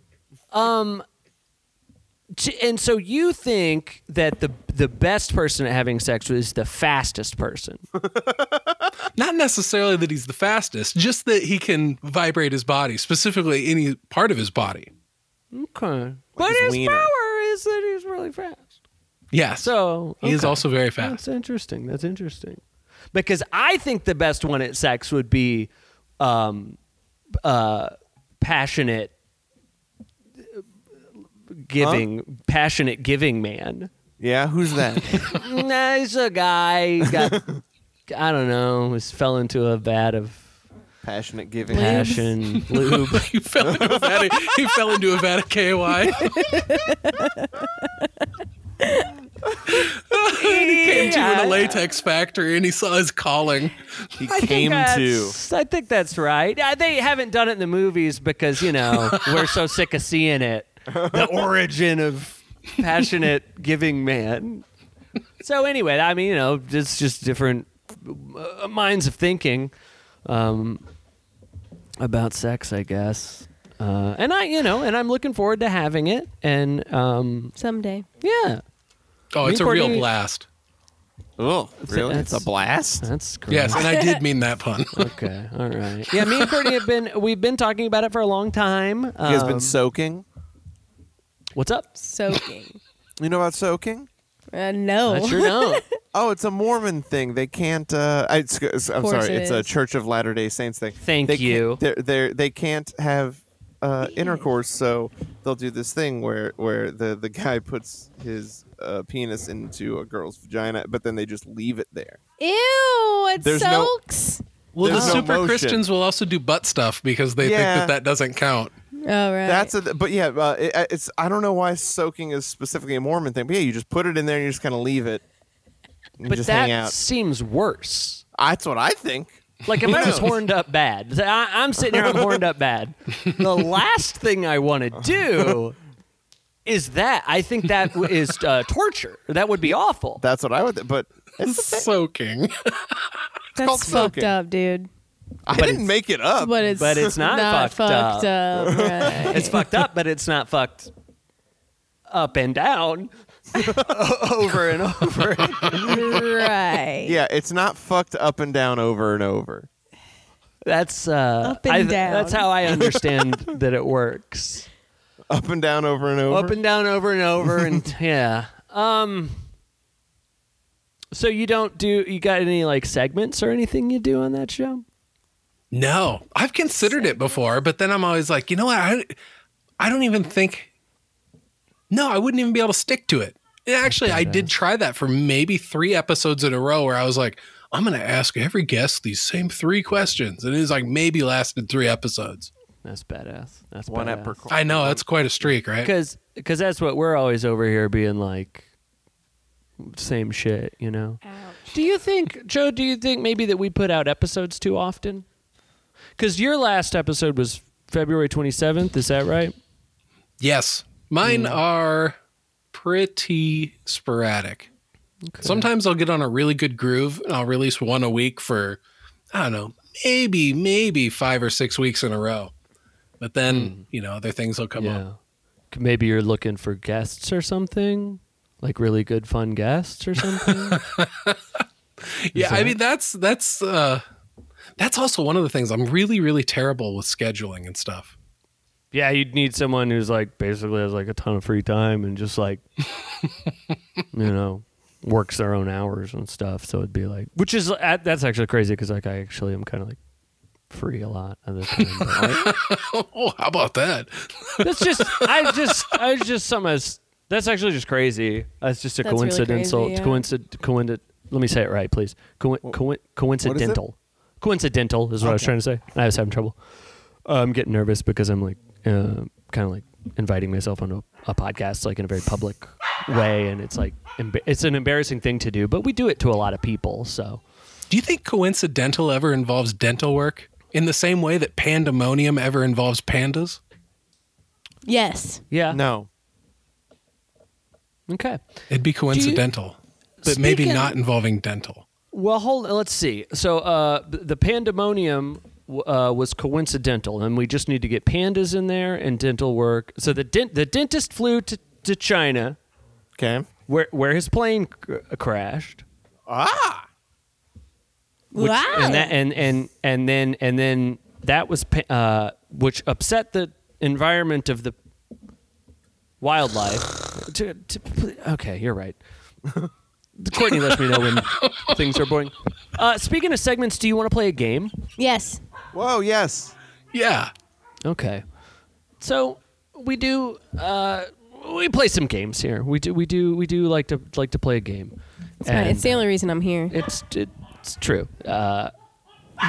S1: T- and so you think that the the best person at having sex is the fastest
S4: [laughs]
S1: person.
S4: Not necessarily that he's the fastest, just that he can vibrate his body, specifically any part of his body.
S1: Okay. But
S3: his
S1: his
S3: wiener.
S1: power is that he's really fast.
S4: Yes.
S1: So
S4: he is
S1: okay.
S4: also very fast.
S1: That's interesting. That's interesting. Because I think the best one at sex would be um uh passionate giving passionate giving man.
S3: [laughs] Yeah, who's that?
S1: nah, he's a guy [laughs] got I don't know, was fell into a vat of
S3: [laughs] Passionate giving.
S1: passion [laughs] lube.
S4: [laughs] he, fell into a vat of, he fell into a vat of KY.
S3: [laughs]
S4: he came to in a latex factory and he saw his calling.
S3: He
S1: I
S3: came
S1: think
S3: to.
S1: that's- I think that's right. Uh, they haven't done it in the movies because you know we're so sick of seeing it. The origin of passionate giving man. So anyway, I mean, you know, it's just different uh, minds of thinking um, about sex, I guess. Uh, and I, you know, and I'm looking forward to having it. And um,
S2: Someday.
S1: yeah,
S4: Oh, it's a real
S1: Courtney-
S4: blast.
S3: Oh, really? It's
S1: that's-
S3: a blast.
S1: that's great.
S4: Yes, and I did mean that
S3: [laughs]
S4: pun.
S1: Okay. All right. Yeah, me and Courtney have been we've been talking about it for a long time. Um,
S3: You guys been soaking?
S1: what's up?
S2: Soaking.
S3: You know about soaking?
S2: Uh, no.
S1: I sure [laughs] know.
S3: Oh, it's a Mormon thing. They can't. Uh, I, it's, it's- I'm
S2: course
S3: sorry.
S2: it
S3: it's a
S2: is.
S3: Church of Latter Day Saints thing.
S1: Thank
S3: they
S1: you.
S3: Can't, they're, they're, they can't have uh, intercourse, so they'll do this thing where where the the guy puts his uh, penis into a girl's vagina, but then they just leave it there.
S2: [laughs] Ew, it
S3: There's no-
S2: soaks.
S4: Well, the
S3: There's no
S4: super
S3: motion.
S4: Christians will also do butt stuff because they
S3: Yeah.
S4: think that that doesn't count.
S2: oh, right.
S3: That's a, but yeah, uh, it, it's I don't know why soaking is specifically a Mormon thing, but yeah, you just put it in there and you just kind of leave it. And you
S1: But
S3: just hang
S1: that
S3: out.
S1: seems worse.
S3: That's what I think.
S1: Like if I was
S3: knows?
S1: horned up bad, I, I'm sitting here, I'm horned up bad. [laughs] The last thing I want to [laughs] do is that. I think that w- is uh, torture. That would be awful.
S3: That's what I would. But it's,
S4: Soaking.
S3: called
S2: That's fucked
S3: soaking.
S2: up, dude.
S3: I didn't make it up.
S2: But it's
S1: But it's not fucked up.
S2: up.
S3: [laughs]
S2: right.
S1: [laughs] It's fucked up, but it's not fucked up and down [laughs] over and over.
S2: right.
S3: Yeah, it's not fucked up and down over and over.
S1: That's uh,
S2: and
S1: I,
S2: down.
S1: That's how
S3: [laughs]
S1: I understand that it works.
S3: Up and down over and over.
S1: Up and down, over and over, [laughs] and yeah. Um. So you don't do you got any like segments or anything you do on that show?
S4: No, I've considered it before, but then I'm always like, you know what? I, I don't even think. No, I wouldn't even be able to stick to it. And actually, I did try that for maybe three episodes in a row where I was like, I'm going to ask every guest these same three questions. And it was like maybe lasted three episodes.
S1: That's badass. That's
S3: one at per
S1: badass.
S3: corner.
S4: I know that's quite a streak, right?
S1: Because because that's what we're always over here being like. Same shit, you know. Do you think, Joe? Do you think maybe that we put out episodes too often? Because your last episode was February twenty seventh. Is that right?
S4: Yes. Mine are pretty sporadic. Sometimes I'll get on a really good groove and I'll release one a week for, I don't know, maybe, maybe five or six weeks in a row. But then, you know, other things will come up.
S1: C- Maybe you're looking for guests or something, like really good, fun guests or
S4: [laughs]
S1: something.
S4: Yeah. I mean, that's, that's, uh, that's also one of the things I'm really, really terrible with scheduling and stuff.
S1: yeah, you'd need someone who's like basically has like a ton of free time and just
S4: [laughs]
S1: like, you know, works their own hours and stuff. So it'd be like, which is uh, that's actually crazy because like I actually am kind of like free a lot of the time. but-
S4: Oh, how about that?
S1: that's just I just I was just some as that's actually just crazy. That's just a
S2: That's really
S1: coincidental.
S2: crazy, yeah.
S1: coincid, coinci- Let me say it right, please. Coin, coin, coincidental. Coincidental is what I was trying to say. I was having trouble. Uh, I'm getting nervous because I'm like uh, kind of like inviting myself onto a, a podcast like in a very public way, and it's like emba- it's an embarrassing thing to do, but we do it to a lot of people. So
S4: Do you think coincidental ever involves dental work in the same way that pandemonium ever involves pandas?
S2: Yes.
S1: yeah,
S3: No.
S1: okay.
S4: It'd be coincidental, but maybe
S1: Speaking-
S4: not involving dental.
S1: Well, hold. Let's see. So uh, th- the pandemonium w- uh, was coincidental, and we just need to get pandas in there and dental work. So the dent the dentist flew to, to China,
S3: Okay.
S1: where where his plane cr- crashed,
S3: Ah.
S2: wow.
S1: and that and and and then and then that was pa- uh, which upset the environment of the wildlife. to, to, okay, you're right. [laughs] Courtney lets me know when things are boring. Uh, speaking of segments, do you want to play a game?
S2: yes.
S3: Whoa. Yes.
S4: Yeah.
S1: Okay. So we do uh we play some games here. We do we do we do like to like to play a game.
S2: It's, fine.
S1: And,
S2: It's the only reason I'm here.
S1: uh, it's it's true. Uh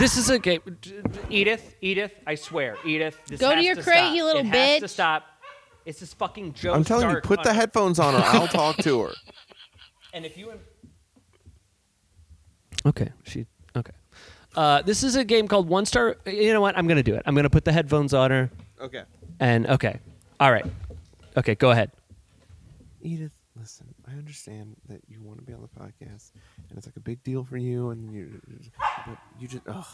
S1: this is a game. Edith, Edith, I swear, Edith. This
S2: Go to
S1: has
S2: your crate,
S1: stop.
S2: you little
S1: it has to
S2: bitch.
S1: stop. It's this fucking Joe.
S3: I'm telling you,
S1: Stark
S3: put the
S1: on-
S3: headphones on, or I'll talk
S1: [laughs]
S3: to her.
S1: And if you. Okay. She. Okay. Uh, this is a game called One Star. You know what? I'm gonna do it. I'm gonna put the headphones on her.
S3: Okay.
S1: And okay. All right. Okay, go ahead.
S3: Edith, listen. I understand that you want to be on the podcast, and it's like a big deal for you, and you, but you just, oh,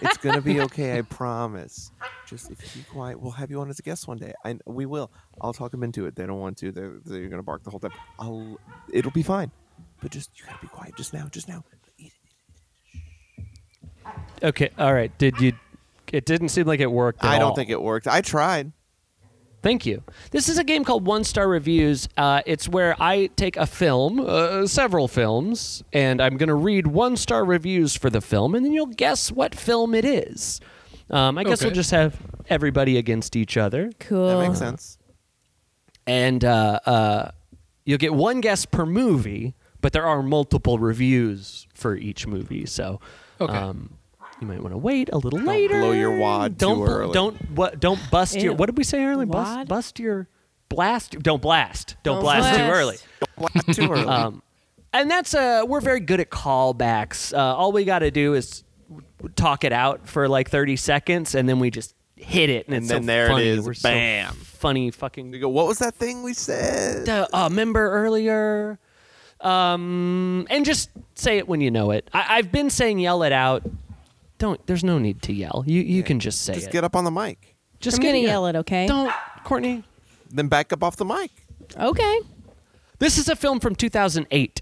S3: it's gonna be okay. I promise. Just if you be quiet, we'll have you on as a guest one day. I, we will. I'll talk them into it. They don't want to. They're, they're gonna bark the whole time. I'll. It'll be fine. But just you gotta be quiet. Just now. Just now. Eat it.
S1: Okay, all right. Did you? It didn't seem like it worked. at
S3: I don't
S1: all.
S3: think it worked. I tried.
S1: Thank you. This is a game called One Star Reviews. Uh, it's where I take a film, uh, several films, and I'm going to read one star reviews for the film, and then you'll guess what film it is. Um, I guess we'll
S4: Okay.
S1: just have everybody against each other,
S2: Cool.
S3: That makes sense.
S1: and uh, uh, you'll get one guess per movie, but there are multiple reviews for each movie. So,
S4: Okay.
S1: um, you might want to wait a little later.
S3: blow your wad
S1: Don't
S3: too
S1: bl-
S3: early.
S1: don't what, don't bust your.
S2: Ew.
S1: What did we say earlier? Bust,
S2: Wad?
S1: bust your blast. Don't blast. Don't,
S2: Don't
S1: blast, too
S2: blast.
S1: early.
S3: Well, too early.
S1: [laughs] Um, and that's uh, we're very good at callbacks. Uh, all we got to do is talk it out for like thirty seconds, and then we just hit it, and,
S3: And
S1: it's
S3: then
S1: so
S3: there it
S1: funny.
S3: is.
S1: We're so
S3: Bam.
S1: funny fucking
S3: you go. What was that thing we said?
S1: the uh, member earlier. Um, and just say it when you know it. I, I've been saying yell it out. Don't. There's no need to yell. You you can just say
S3: Just
S1: it.
S3: get up on the mic.
S1: just
S2: I'm
S1: get
S2: gonna
S1: it.
S2: yell it, okay?
S1: Don't, Courtney.
S3: Then back up off the mic.
S2: Okay.
S1: This is a film from 2008.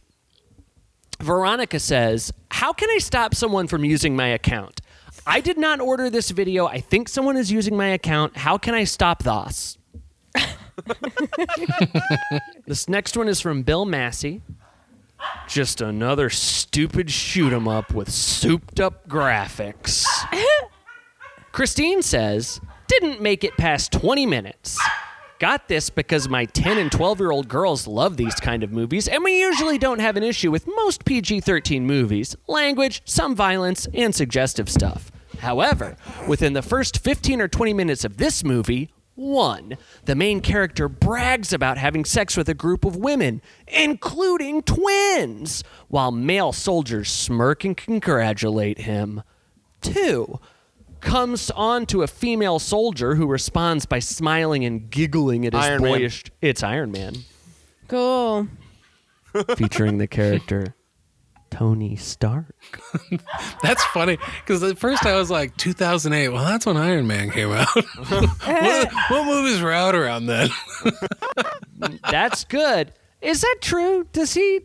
S1: Veronica says, How can I stop someone from using my account? I did not order this video. I think someone is using my account. How can I stop thus? [laughs] this next one is from Bill Massey. Just another stupid shoot 'em up with souped up graphics. Christine says, Didn't make it past 20 minutes. Got this because my 10 and 12 year old girls love these kind of movies, and we usually don't have an issue with most PG 13 movies language, some violence, and suggestive stuff. However, within the first 15 or 20 minutes of this movie, one, the main character brags about having sex with a group of women, including twins, while male soldiers smirk and congratulate him. Two, comes on to a female soldier who responds by smiling and giggling at his
S3: Iron Man.
S1: boyish. It's Iron
S3: [laughs]
S1: Man,
S2: Cool.
S1: featuring the character Tony Stark.
S4: That's funny because at first I was like 2008. Well, that's when Iron Man came out. [laughs] what, what movies were out around then? [laughs]
S1: That's good. Is that true? Does he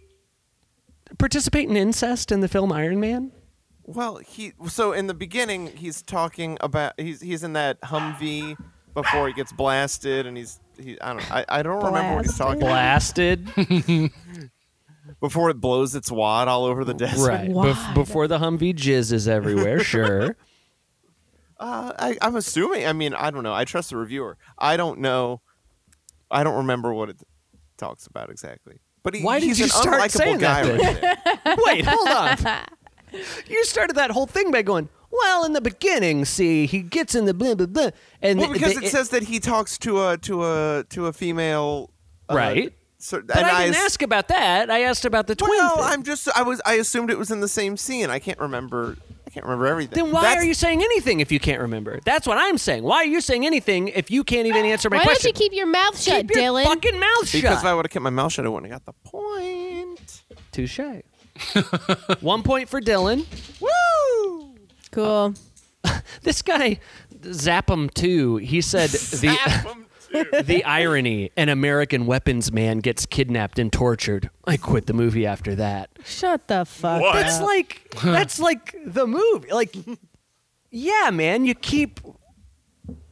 S1: participate in incest in the film Iron Man?
S3: Well, he so in the beginning he's talking about he's he's in that Humvee before he gets blasted and he's he I don't I, I don't remember what he's talking
S2: Blasted.
S3: about [laughs]
S1: Blasted,
S3: before it blows its wad all over the desert.
S1: right? Bef-
S2: Why?
S1: before the Humvee jizz is everywhere,
S3: [laughs]
S1: sure.
S3: Uh, I I'm assuming I mean I don't know. I trust the reviewer. I don't know. I don't remember what it talks about exactly. But he,
S1: Why did
S3: he's
S1: you
S3: an
S1: start
S3: unlikable
S1: saying
S3: guy
S1: that
S3: right
S1: [laughs]
S3: there.
S1: Wait, hold on. You started that whole thing by going, well, in the beginning, see, he gets in the blah blah blah, and
S3: Well,
S1: th-
S3: because
S1: they-
S3: it says that he talks to a to a to a female uh,
S1: Right.
S3: So,
S1: But
S3: and
S1: I didn't
S3: ass-
S1: ask about that. I asked about the twin.
S3: Well,
S1: thing.
S3: I'm just I was I assumed it was in the same scene. I can't remember I can't remember everything.
S1: then why
S3: That's-
S1: are you saying anything if you can't remember? That's what I'm saying. Why are you saying anything if you can't even answer my
S2: Why
S1: question?
S2: don't you keep your mouth shut,
S1: Keep your
S2: Dylan?
S1: fucking mouth
S3: Because
S1: shut.
S3: if I would have kept my mouth shut, I wouldn't have got the point.
S1: Touche. One point for Dylan.
S3: Woo!
S2: cool.
S1: This guy, Zappum two. He said the
S3: Album two.
S1: [laughs] the irony: an American weapons man gets kidnapped and tortured. I quit the movie after that.
S2: Shut the fuck up.
S1: That's
S4: [laughs]
S1: like that's like the movie. Like, yeah, man, you keep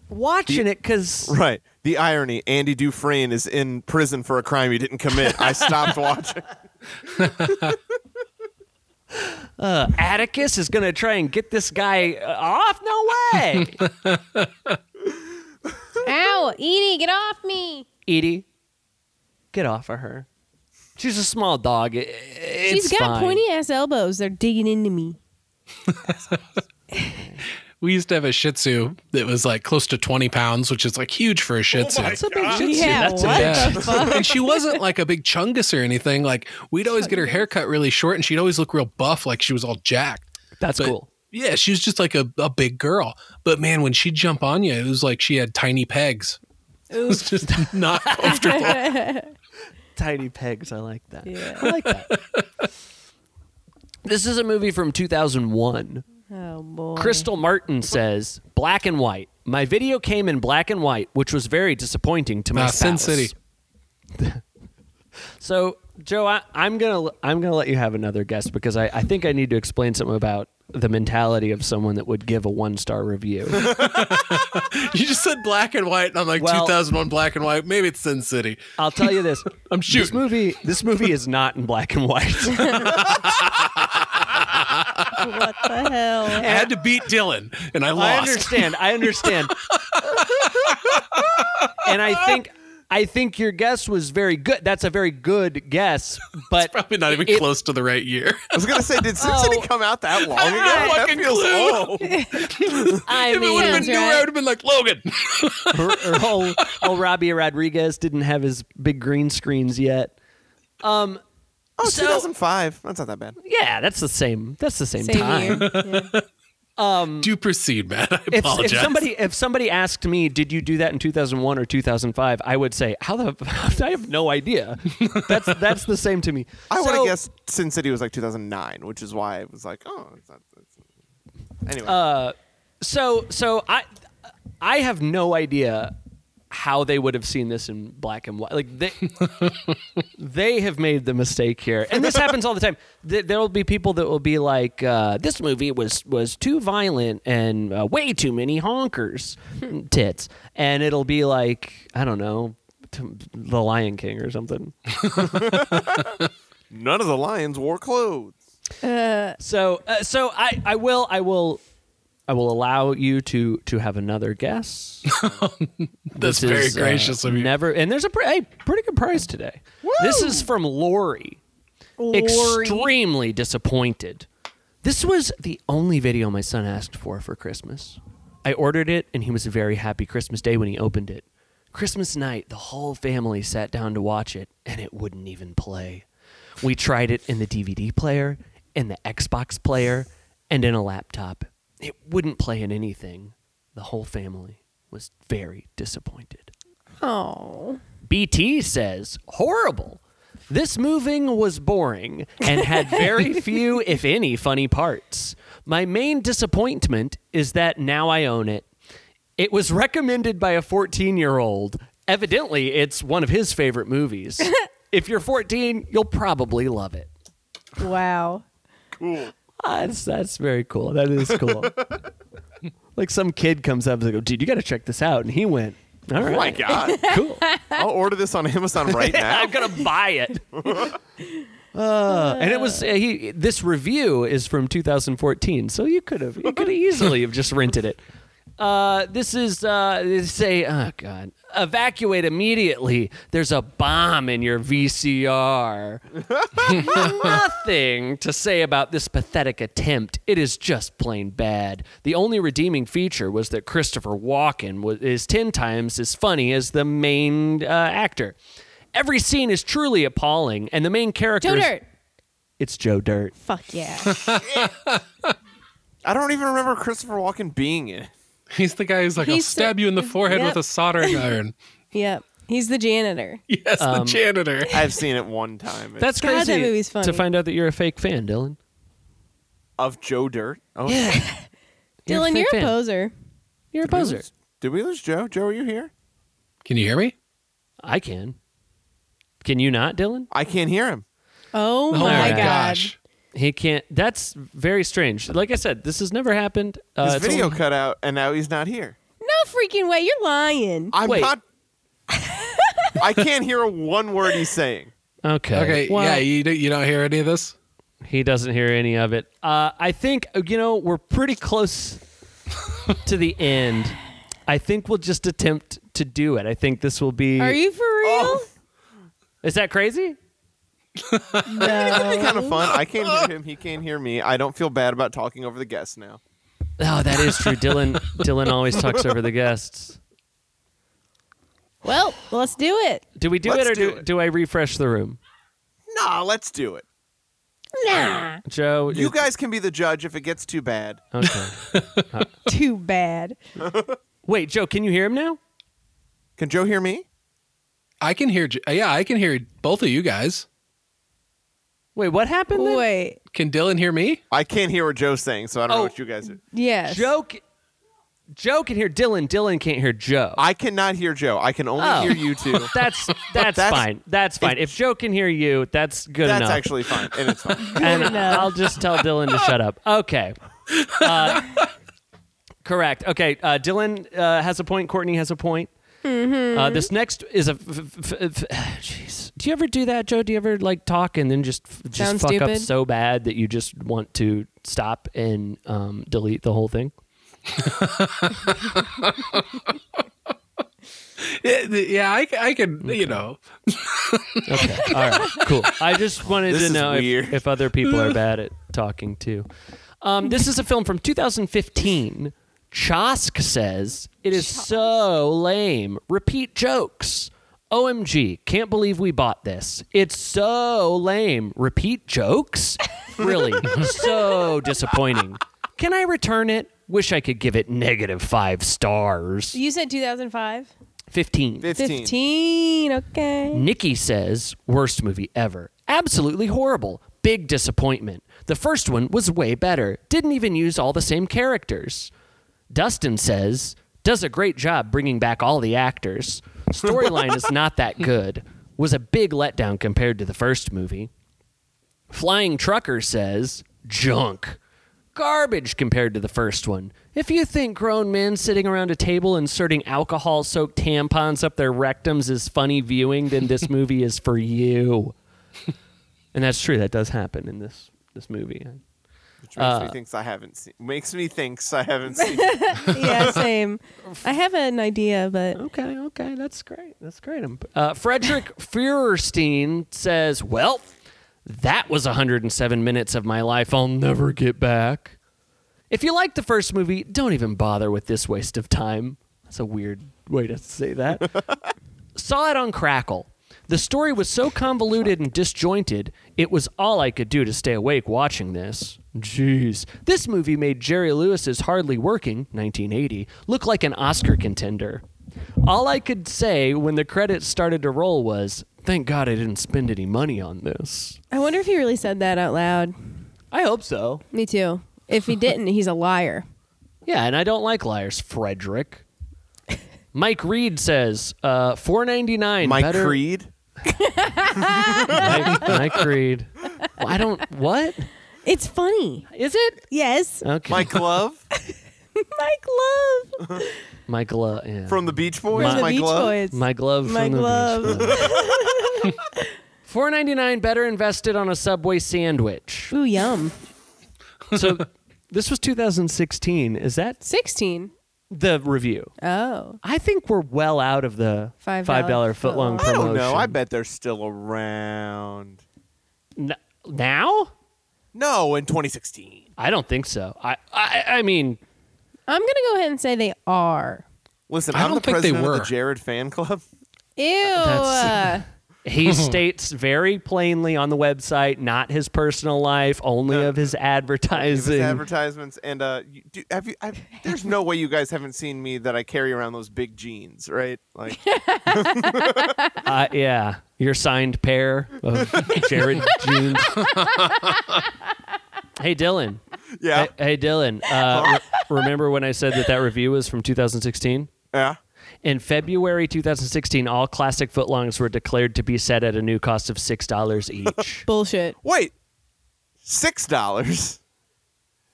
S1: watching it because
S3: Right. The irony: Andy Dufresne is in prison for a crime he didn't commit.
S1: [laughs]
S3: I stopped watching.
S1: uh, Atticus is going to try and get this guy uh, off. No
S4: [laughs]
S1: way,
S2: Ow, Edie, get off me.
S1: Edie, get off of her. She's a small dog. It- it's
S2: She's got
S1: fine.
S2: pointy ass elbows. They're digging into me.
S4: We used to have a Shih Tzu that was like close to 20 pounds, which is like huge for a Shih Tzu.
S1: That's a big shih tzu.
S2: Yeah,
S1: That's a
S2: what?
S1: big-
S4: Yeah. and she wasn't like a big chungus or anything. Like we'd always get her hair cut really short and she'd always look real buff, like she was all jacked.
S1: That's
S4: But-
S1: cool.
S4: Yeah, she was just like a, a big girl. But man, when she'd jump on you, it was like she had tiny pegs. It was [laughs] just not comfortable.
S1: Tiny pegs. I like that.
S2: [laughs] Yeah.
S1: I like that. this is a movie from 2001.
S2: Oh boy. Oh,
S1: Crystal Martin says black and white. My video came in black and white, which was very disappointing to my
S4: Ah, Sin
S1: spouse.
S4: City.
S1: So, Joe, I, I'm gonna I'm gonna let you have another guess because I, I think I need to explain something about the mentality of someone that would give a one star
S4: [laughs]
S1: review.
S4: You just said black and white, and I'm like
S1: Well-
S4: 2001 black and white. Maybe it's Sin City.
S1: I'll tell you this:
S4: I'm
S1: this
S4: shooting.
S1: movie this movie is not in black and
S4: [laughs]
S1: white.
S2: What the
S1: [laughs]
S2: hell?
S4: I had to beat Dylan, and I
S1: I
S4: lost.
S1: understand. I understand. and I think I think your guess was very good. That's a very good guess, but
S4: [laughs] Probably not even
S1: It-
S4: close to the right year.
S3: I was gonna say, did Sin City
S1: Oh.
S3: come out that long ago?
S4: have no
S3: That
S4: fucking
S3: feels
S4: clue. [laughs]
S3: old.
S1: I
S4: if it would have been
S2: sounds
S4: newer, I
S2: right.
S4: would have been like Logan.
S1: or, or old, old Robbie Rodriguez didn't have his big green screens yet.
S3: Oh,
S1: So-
S3: 2005. That's not that bad.
S1: Yeah, that's the same. That's the same,
S2: Same
S1: time.
S2: year.
S1: [laughs]
S2: Yeah.
S4: Do proceed, Matt. [laughs] I
S1: If,
S4: apologize.
S1: if somebody if somebody asked me, did you do that in 2001 or 2005? I would say, how the [laughs] I have no idea. That's that's the same to me.
S3: I would have
S1: So,
S3: guessed Sin City was like 2009, which is why it was like, oh, it's not. It's... Anyway,
S1: Uh, So so I I have no idea how they would have seen this in black and white. Like they they have made the mistake here, and this happens all the time. Th- There will be people that will be like, uh, "This movie was was too violent and uh, way too many honkers, tits," and it'll be like, I don't know, t- The Lion King or something.
S3: none of the lions wore clothes.
S1: So uh, so I I will I will. I will allow you to to have another guess. This
S4: That's very
S1: is, uh,
S4: gracious of you.
S1: Never, and there's a pre- hey, pretty good price today. This is from Lori.
S2: Lori.
S1: Extremely disappointed. This was the only video my son asked for for Christmas. I ordered it, and he was very happy Christmas Day when he opened it. Christmas night, the whole family sat down to watch it, and it wouldn't even play. We tried it in the DVD player, in the Xbox player, and in a laptop. It wouldn't play in anything. The whole family was very disappointed.
S2: Oh.
S1: BT says, horrible. This moving was boring and had very few, if any, funny parts. My main disappointment is that now I own it. It was recommended by a 14 year old. Evidently, it's one of his favorite movies. if you're 14, you'll probably love it.
S2: Wow.
S1: Ah, That's, that's very cool. That is cool. like some kid comes up and goes, dude, you got to check this out. And he went, all
S3: Oh my
S1: right, [laughs]
S3: god!
S1: cool.
S3: I'll order this on Amazon
S1: [laughs]
S3: right now. [laughs]
S1: I'm gonna buy it. Uh, and it was uh, he. This review is from 2014, so you could have you could easily have just rented it. Uh, this is uh, they say, oh god, evacuate immediately. There's a bomb in your [laughs] VCR. Nothing to say about this pathetic attempt. It is just plain bad. The only redeeming feature was that Christopher Walken was, is ten times as funny as the main uh, actor. Every scene is truly appalling, and the main character
S2: Joe Dirt.
S1: it's Joe Dirt.
S2: Fuck yeah.
S1: [laughs]
S3: I don't even remember Christopher Walken
S1: [laughs]
S3: being in it.
S4: He's the guy who's like, I'll
S2: He's the-
S4: stab you in the forehead
S2: Yep.
S4: with a soldering iron. [laughs]
S2: yep. He's the janitor.
S4: Yes, the janitor.
S3: I've seen it one time. It's
S1: That's
S2: God,
S1: crazy.
S2: that movie's funny.
S1: To find out that you're a fake fan, Dylan.
S3: of Joe Dirt. Oh,
S1: You're a
S2: Dylan,
S1: fake
S2: you're
S1: fan.
S2: a poser.
S1: You're a
S3: did we
S1: poser.
S3: lose- Did we lose Joe? Joe, are you here?
S4: Can you hear me?
S1: I can. Can you not, Dylan?
S3: I can't hear him.
S2: Oh, my
S1: my
S2: God.
S4: gosh.
S1: He can't. That's very strange. Like I said, this has never happened. Uh,
S3: His
S1: it's
S3: video
S1: only-
S3: cut out, and now he's not here.
S2: No freaking way. You're lying.
S3: I'm
S1: Wait. [laughs]
S3: not. I can't hear one word he's saying.
S1: Okay.
S4: Okay,
S1: Well,
S4: yeah, you, don't- you don't hear any of this?
S1: He doesn't hear any of it. Uh, I think uh, you know we're pretty [laughs] close to the end. I think we'll just attempt to do it. I Oh. think this will be.
S2: Are you for real?
S1: Is that crazy? [laughs]
S3: That'd be kind
S1: Oh,
S3: of fun. I can't hear him. He can't hear me. I don't feel bad about talking over the guests now.
S1: Oh, that is true. Dylan. [laughs] Dylan always talks over the guests.
S2: Well, let's do it.
S1: Do we do
S3: Let's
S1: it or
S3: do
S1: do,
S3: it.
S1: do I refresh the room?
S3: Nah, let's do it.
S2: Nah.
S1: Joe,
S3: You guys can be the judge if it gets too bad.
S1: [laughs] okay.
S2: Too bad.
S1: Wait, Joe, can you hear him now?
S3: Can Joe hear me?
S4: I can hear, J- yeah, I can hear both of you guys.
S1: Wait, what happened? then?
S2: Wait.
S4: Can Dylan hear me?
S3: I can't hear what Joe's saying, so I don't know
S1: Oh.
S3: what you guys are.
S2: Yes.
S1: Joe, c- Joe can hear Dylan. Dylan can't hear Joe.
S3: I cannot hear Joe. I can only
S1: Oh.
S3: hear you two.
S1: [laughs]
S3: [laughs]
S1: that's, that's
S3: That's-
S1: fine. That's fine. If, Joe can hear you, that's good
S3: That's
S1: enough.
S2: [laughs]
S3: actually fine, and it's
S4: [laughs]
S3: fine.
S1: and
S2: enough.
S1: I'll just tell Dylan to shut up. Okay.
S3: [laughs]
S1: Uh, correct. Okay. Uh, Dylan uh, has a point. Courtney has a point.
S2: Mm-hmm.
S1: Uh, this next is a. F- f- f- f- [sighs] Jeez. Do you ever do that, Joe? Do you ever like talk and then just f- just
S2: Sound
S1: fuck up
S2: stupid?
S1: so bad that you just want to stop and um, delete the whole thing?
S4: Yeah, yeah, I, c- I could, you know,
S1: Okay. All right. Cool. [laughs] I just wanted
S3: This
S1: to
S3: is
S1: know if,
S3: weird.
S1: if other people are bad at talking too. Um, this is a film from 2015. Chosk says it is so lame. Repeat jokes. OMG, can't believe we bought this. It's so lame. Repeat jokes? Really, so disappointing. Can I return it? Wish I could give it negative five stars.
S2: You said 2005?
S1: 15.
S3: 15.
S1: [laughs]
S2: 15. Okay.
S1: Nikki says, worst movie ever. Absolutely horrible. Big disappointment. The first one was way better. Didn't even use all the same characters. Dustin says, does a great job bringing back all the actors. Storyline is not that good. Was a big letdown compared to the first movie. Flying Trucker says, junk. Garbage compared to the first one. If you think grown men sitting around a table inserting alcohol soaked tampons up their rectums is funny viewing, then this movie is for you. [laughs] And that's true. That does happen in this, this movie.
S3: Which makes
S4: Uh,
S3: me thinks I haven't seen. Makes me thinks I haven't
S4: [laughs]
S3: seen.
S2: yeah, same. I have an idea, but
S1: Okay, okay. That's great. That's great. I'm- Uh, Frederick Feuerstein says, well, that was 107 minutes of my life I'll never get back. If you liked the first movie, don't even bother with this waste of time. That's a weird way to say that. Saw it on Crackle. The story was so convoluted and disjointed, it was all I could do to stay awake watching this. Jeez. This movie made Jerry Lewis's Hardly Working, 1980, look like an Oscar contender. All I could say when the credits started to roll was, thank God I didn't spend any money on this.
S2: I wonder if he really said that out loud.
S1: I hope so.
S2: Me too. If he didn't, he's a liar.
S1: Yeah, and I don't like liars, Frederick. [laughs] Mike Reed says, uh, four ninety nine.
S3: Mike
S1: better,
S3: Creed.
S1: Mike, Mike Reed. Well, I don't. What
S2: It's funny.
S1: is it?
S2: Yes. [laughs]
S1: Okay,
S4: [laughs]
S3: Mike Love
S2: Mike Love
S1: My glove. Yeah.
S3: from the Beach Boys.
S2: from the
S3: Mike
S2: Beach
S3: Love.
S2: Boys.
S1: my glove.
S2: My
S1: from
S2: glove.
S1: The [laughs] Four ninety nine. Better invested on a Subway sandwich.
S2: Ooh, yum.
S1: So, [laughs] this was 2016. Is that
S2: 16.
S1: the review?
S2: Oh.
S1: I think we're well out of the
S2: Five
S1: five dollar
S2: dollar
S1: footlong
S2: footlong.
S1: promotion.
S3: I don't know. I bet they're still around.
S1: N- now.
S3: No, in 2016.
S1: I don't think so. I, I, I mean,
S2: I'm going to go ahead and say they are.
S3: Listen,
S4: I
S3: I'm
S4: don't
S3: the
S4: think they
S3: president of
S4: were.
S3: the Jared fan
S4: [laughs]
S3: club.
S2: Ew.
S1: That's-
S2: uh,
S1: [laughs] he states very plainly on the website not his personal life, only
S3: No.
S1: of his
S3: Give us
S1: advertising.
S3: advertisements and uh, you, do, have you? I've, there's no way you guys haven't seen me that I carry around those big jeans, right? Like,
S2: [laughs]
S1: uh, yeah, your signed pair of Jared jeans. hey, Dylan.
S3: yeah,
S1: Hey, hey, Dylan. Uh, re- remember when I said that that review was from 2016?
S3: yeah.
S1: In February 2016, all classic footlongs were declared to be set at a new cost of six dollars each.
S2: [laughs] bullshit.
S3: Wait, six dollars.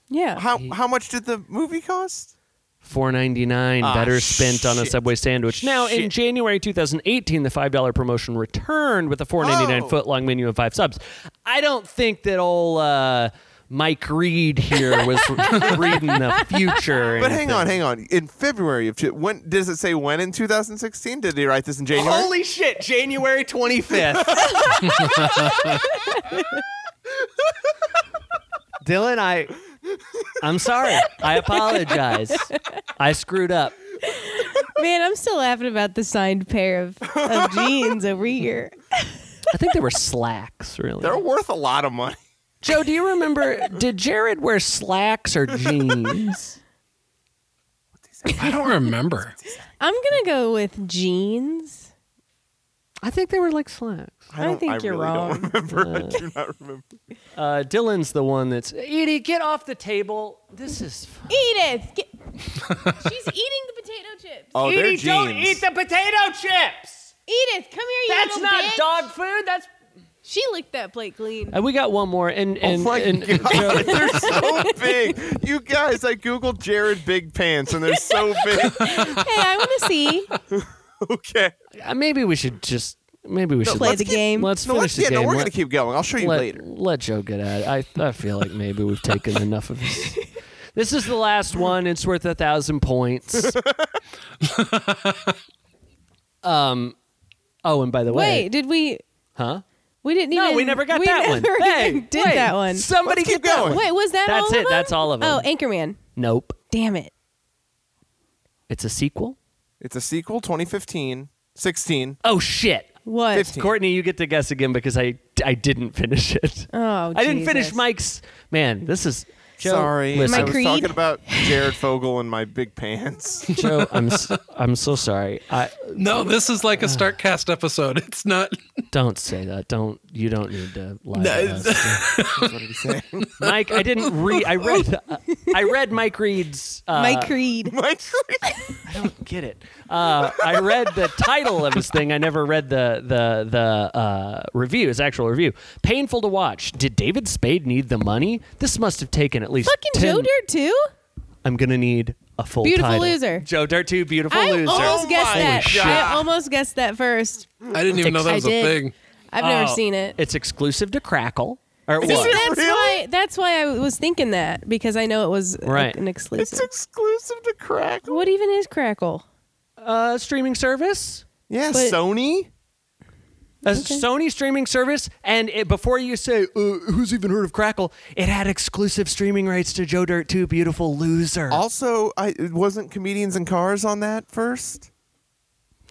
S2: Yeah.
S4: Uh,
S3: How how much did the movie cost?
S1: Four ninety nine,
S3: Ah,
S1: better spent on a
S3: shit.
S1: Subway sandwich. Now, in
S3: Shit.
S1: January 2018, the five dollar promotion returned with a four ninety nine
S3: Oh.
S1: foot long menu and five subs. I don't think that old uh, Mike Reed here was [laughs] reading the future. or
S3: But
S1: anything.
S3: hang on, hang on. In February of two, when does it say when in 2016? Did he write this in January?
S1: Holy shit, January
S3: [laughs]
S1: 25th. Dylan, I I'm sorry. I apologize. I screwed up.
S2: Man, I'm still laughing about the signed pair of, of jeans over here.
S1: I think they were slacks, really.
S3: They're worth a lot of money.
S1: Joe, do you
S3: [laughs]
S1: remember did Jared wear slacks or jeans?
S4: I don't remember.
S2: I'm going to go with jeans.
S1: I think they were like slacks.
S2: I
S3: don't-
S2: think you're
S3: really
S2: wrong.
S3: Don't remember. I do
S1: [laughs]
S3: not remember.
S1: Uh, Dylan's the one that's Edie, get off the table. This is f- [laughs]
S2: [laughs] Edith, get, She's eating the potato chips.
S3: Oh, they're
S5: Edie, don't
S3: jeans.
S5: eat the potato chips.
S2: Edith, come here, you
S5: That's
S2: little
S5: not
S2: bitch.
S5: dog food. That's
S2: She licked that plate clean.
S1: And we got one more, and and,
S3: oh my
S1: and
S3: god, they're so big. You guys, I googled Jared Big Pants and they're so big.
S2: hey, I want
S1: [laughs]
S2: to see.
S3: Okay.
S1: uh, maybe we should just maybe we should
S2: Play
S1: let's
S2: the
S1: get-
S2: game.
S1: Let's
S3: No,
S1: finish
S3: let's,
S1: the
S3: yeah,
S1: game.
S3: no, we're
S1: Let-
S3: going to keep going. I'll show you
S1: let,
S3: later.
S1: let Joe get at it. I, I feel like maybe we've taken enough of this. This is the last one. It's worth a thousand
S3: [laughs]
S1: points. um. Oh, and by the
S2: Wait,
S1: way,
S2: did we?
S1: huh?
S2: We didn't
S1: No,
S2: even.
S1: we never got that one.
S2: never [laughs]
S1: Hey,
S2: even did
S1: wait,
S2: that one.
S1: Somebody
S3: Let's keep
S1: get that
S3: going.
S1: one.
S2: Wait, was that
S1: That's
S2: all of
S1: it.
S2: them?
S1: That's all of them.
S2: Oh, Anchorman.
S1: Nope.
S2: Damn it.
S1: It's a sequel.
S3: It's a sequel, 2015, 16,
S1: Oh shit.
S2: What?
S3: 15.
S1: Courtney, you get to guess again because I I didn't finish it.
S2: Oh,
S1: I didn't finish
S2: Jesus.
S1: Mike's. Man, this is. Joe,
S3: Sorry,
S1: listen,
S3: I was
S2: Creed?
S3: talking about Jared Fogle and my big pants. [laughs]
S1: Joe,
S2: [laughs]
S1: I'm s- I'm so sorry. I
S4: [laughs] No, this is like a Starkcast episode. It's not.
S1: don't say that. Don't you don't need to lie. to
S4: it's-
S1: us.
S3: That's what he said.
S1: Mike, I didn't read. I read. I read Mike Reed's. Uh, [laughs]
S2: Mike Creed.
S3: My Creed.
S1: get it. Uh, I read the title of his thing. I never read the the the uh, review, his actual review. Painful to watch. Did David Spade need the money? This must have taken at least
S2: Fucking
S1: 10
S2: Joe Dirt too.
S1: I'm gonna need a full
S2: Beautiful
S1: title.
S2: Loser.
S1: Joe Dirt too. Beautiful
S2: I
S1: loser.
S2: almost
S3: Oh
S2: guessed
S3: my
S2: that.
S4: God.
S2: I almost guessed that first.
S4: [laughs] I didn't even know that
S2: I
S4: was
S2: did.
S4: a thing.
S2: I've never
S1: Oh.
S2: seen it.
S1: It's exclusive to Crackle. Or it
S2: See,
S1: was.
S3: it
S2: that's
S3: really?
S2: why. That's why I was thinking that because I know it was a-
S1: Right.
S2: an
S3: It's
S2: exclusive.
S3: exclusive to Crackle.
S2: what even is Crackle?
S1: Uh, streaming service.
S3: Yeah,
S2: But-
S3: Sony.
S1: A Sony streaming service, and it, before you say uh, who's even heard of Crackle, it had exclusive streaming rights to Joe Dirt 2, Beautiful Loser.
S3: Also, I it wasn't comedians and cars on that first.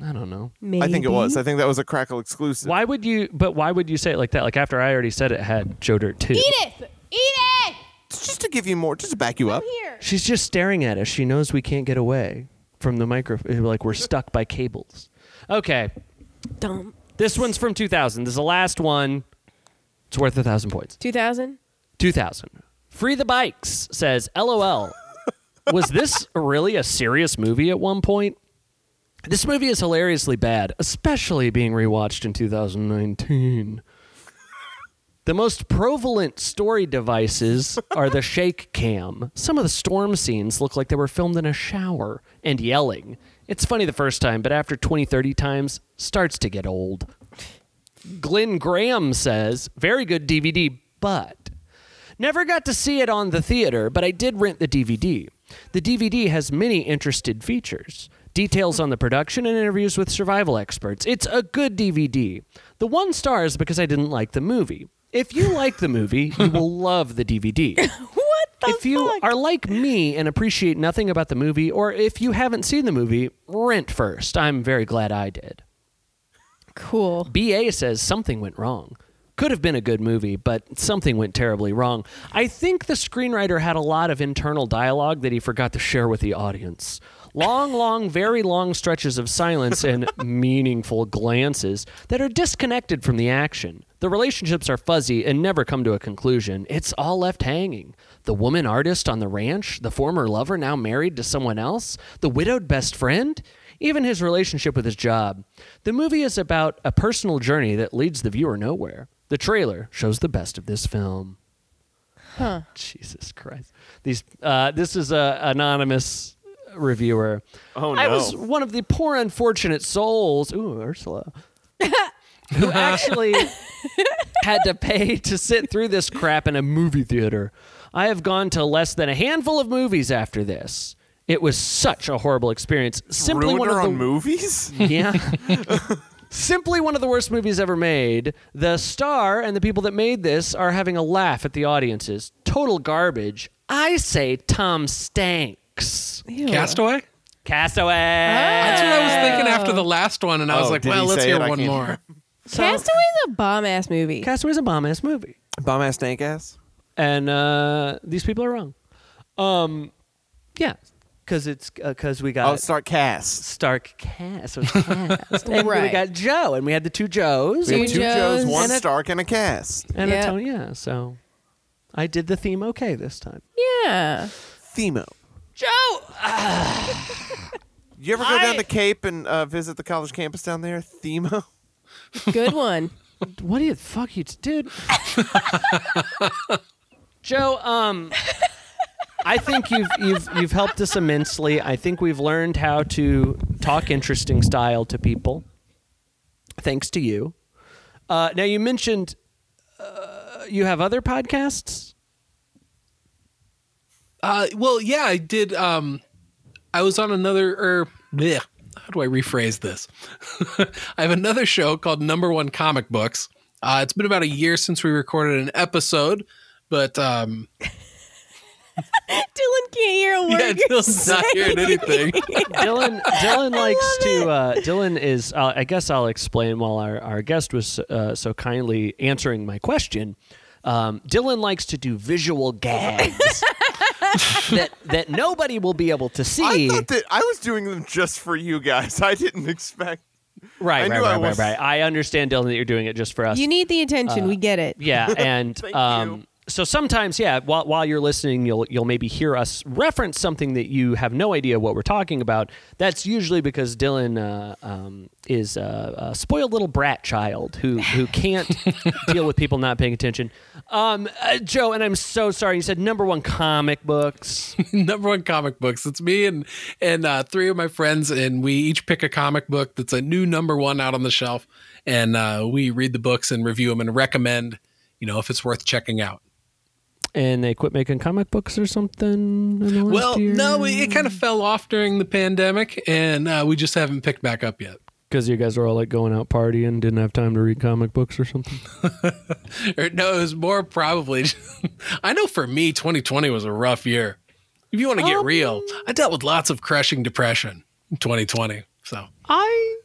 S1: I don't know.
S2: Maybe.
S3: I think it was. I think that was a Crackle exclusive.
S1: Why would you? But why would you say it like that? Like after I already said it had Joe Dirt too.
S2: Edith, Edith,
S3: Just to give you more, just to back you up.
S2: here.
S1: She's just staring at us. She knows we can't get away from the microphone. Like we're stuck by cables. Okay,
S2: Dumb.
S1: this one's from 2000. This is the last one. It's worth a thousand points.
S2: Two thousand.
S1: 2000. Free the Bikes says, LOL. Was this really a serious movie at one point? This movie is hilariously bad, especially being rewatched in 2019. The most prevalent story devices are the shake cam. Some of the storm scenes look like they were filmed in a shower and yelling. It's funny the first time, but after 20, 30 times, starts to get old. Glenn Graham says, very good DVD, but never got to see it on the theater, but I did rent the DVD. The DVD has many interested features, details on the production, and interviews with survival experts. It's a good DVD. The one star is because I didn't like the movie. If you like the movie,
S2: [laughs]
S1: you will love the DVD
S2: What the
S1: if you
S2: fuck?
S1: are like me and appreciate nothing about the movie, or if you haven't seen the movie, rent first. I'm very glad I did.
S2: cool.
S1: BA says something went wrong. Could have been a good movie, but something went terribly wrong. I think the screenwriter had a lot of internal dialogue that he forgot to share with the audience. Long, long, very long stretches of silence and meaningful glances that are disconnected from the action. The relationships are fuzzy and never come to a conclusion. It's all left hanging. The woman artist on the ranch, the former lover now married to someone else, the widowed best friend even his relationship with his job. The movie is about a personal journey that leads the viewer nowhere. The trailer shows the best of this film. Huh. Jesus Christ. These uh, this is a anonymous reviewer.
S3: Oh,
S1: I
S3: no.
S1: was one of the poor unfortunate souls. Ooh, Ursula. who actually had to pay to sit through this crap in a movie theater. I have gone to less than a handful of movies after this. It was such a horrible experience. Simply
S3: Ruined
S1: one
S3: her
S1: of the
S3: on movies.
S1: [laughs] yeah. Simply one of the worst movies ever made. The star and the people that made this are having a laugh at the audiences. Total garbage. I say Tom stanks.
S2: Ew.
S4: Castaway?
S1: Castaway.
S4: That's what I was thinking after the last one, and I was
S3: Oh,
S4: like,
S3: did
S4: well,
S3: he
S4: let's
S3: say
S4: hear
S3: it? I
S4: one
S3: can't-
S4: more.
S2: Castaway's a bomb ass movie.
S1: Castaway's a bomb ass movie.
S3: Bomb ass stank ass.
S1: And uh, these people are wrong. Um, yeah, because it's because we got
S3: I'll Oh, start cast.
S1: Stark cast, so it's cast. and we
S2: Right.
S1: got Joe, and we had the two Joes,
S3: We
S2: Two
S3: have two Joes,
S2: Joes.
S3: one
S1: And a-
S3: Stark, and a cast.
S1: and
S2: Yeah.
S1: a Tony. Yeah, so I did the theme okay this time.
S2: Yeah.
S3: Themo.
S1: Joe,
S3: You ever go down
S1: I-
S3: to Cape and uh, visit the college campus down there, Themo?
S2: Good one.
S1: what the fuck you, t- dude? [laughs] Joe, um, I think you've you've you've helped us immensely. I think we've learned how to talk interesting style to people, thanks to you. Uh, now you mentioned uh, you have other podcasts.
S4: Uh, well, yeah, I did. Um, I was on another, or bleh, how do I rephrase this? [laughs] I have another show called Number One Comic Books. Uh, it's been about a year since we recorded an episode, but um,
S2: [laughs]
S4: [laughs]
S2: Dylan can't hear a word.
S4: yeah,
S2: you're
S4: Dylan's not hearing
S2: saying.
S1: [laughs]
S4: anything. [laughs]
S1: Dylan Dylan likes to. Uh, Dylan is. Uh, I guess I'll explain while our our guest was uh, so kindly answering my question. Um, Dylan likes to do visual [laughs] gags that that nobody will be able to
S3: I
S1: see.
S3: thought that I was doing them just for you guys. I didn't expect.
S1: right,
S3: I
S1: right,
S3: knew I
S1: right, right,
S3: was-
S1: right. I understand, Dylan, that you're doing it just for us.
S2: You need the attention. we get it.
S1: Uh, Yeah, and
S3: Thank
S1: um,
S3: you.
S1: so sometimes, yeah, while, while you're listening, you'll you'll maybe hear us reference something that you have no idea what we're talking about. That's usually because Dylan uh, um, is a, a spoiled little brat child who who can't deal with people not paying attention. Um, uh, Joe, and I'm so sorry. You said number one comic books.
S4: number one comic books. It's me and and uh, three of my friends, and we each pick a comic book that's a new number one out on the shelf, and uh, we read the books and review them and recommend, you know, if it's worth checking out.
S1: and they quit making comic books or something. in the last
S4: Well,
S1: year?
S4: no, it, it kind of fell off during the pandemic, and uh, we just haven't picked back up yet.
S1: because you guys were all like going out partying, didn't have time to read comic books or something.
S4: Or, no, it was more probably. [laughs] I know for me, 2020 was a rough year. If you want to get real, I dealt with lots of crushing depression in 2020. So
S1: I,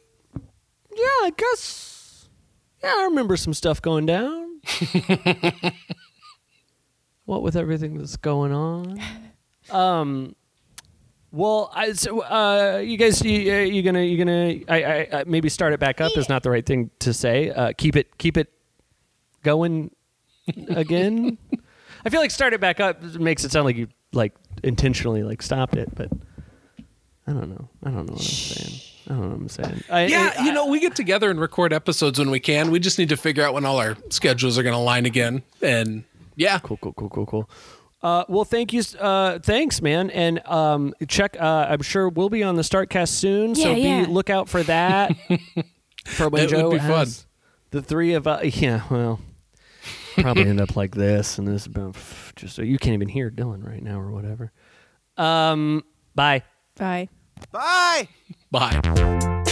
S1: yeah, I guess, yeah, I remember some stuff going down. what with everything that's going on. Um, well, I, so, uh, you guys, you, uh, you gonna, you gonna, I, I, I, maybe start it back up is not the right thing to say. Uh, keep it, keep it going again. I feel like start it back up makes it sound like you like intentionally like stopped it, but I don't know. I don't know what I'm saying. I don't know what I'm saying. I,
S4: yeah,
S1: I-
S4: you know, we get together and record episodes when we can. We just need to figure out when all our schedules are going to line again. And yeah,
S1: cool, cool, cool, cool, cool. Uh, well, thank you. Uh, thanks, man. And um, check. Uh, I'm sure we'll be on the Startcast soon, so
S2: Yeah,
S1: be
S2: yeah.
S1: look out for that. for when
S4: That would
S1: Joe
S4: be fun.
S1: has the three of us. Yeah, well, probably end up like this, and this is about f- just you can't even hear Dylan right now or whatever. Um, bye.
S2: Bye.
S3: Bye.
S4: bye.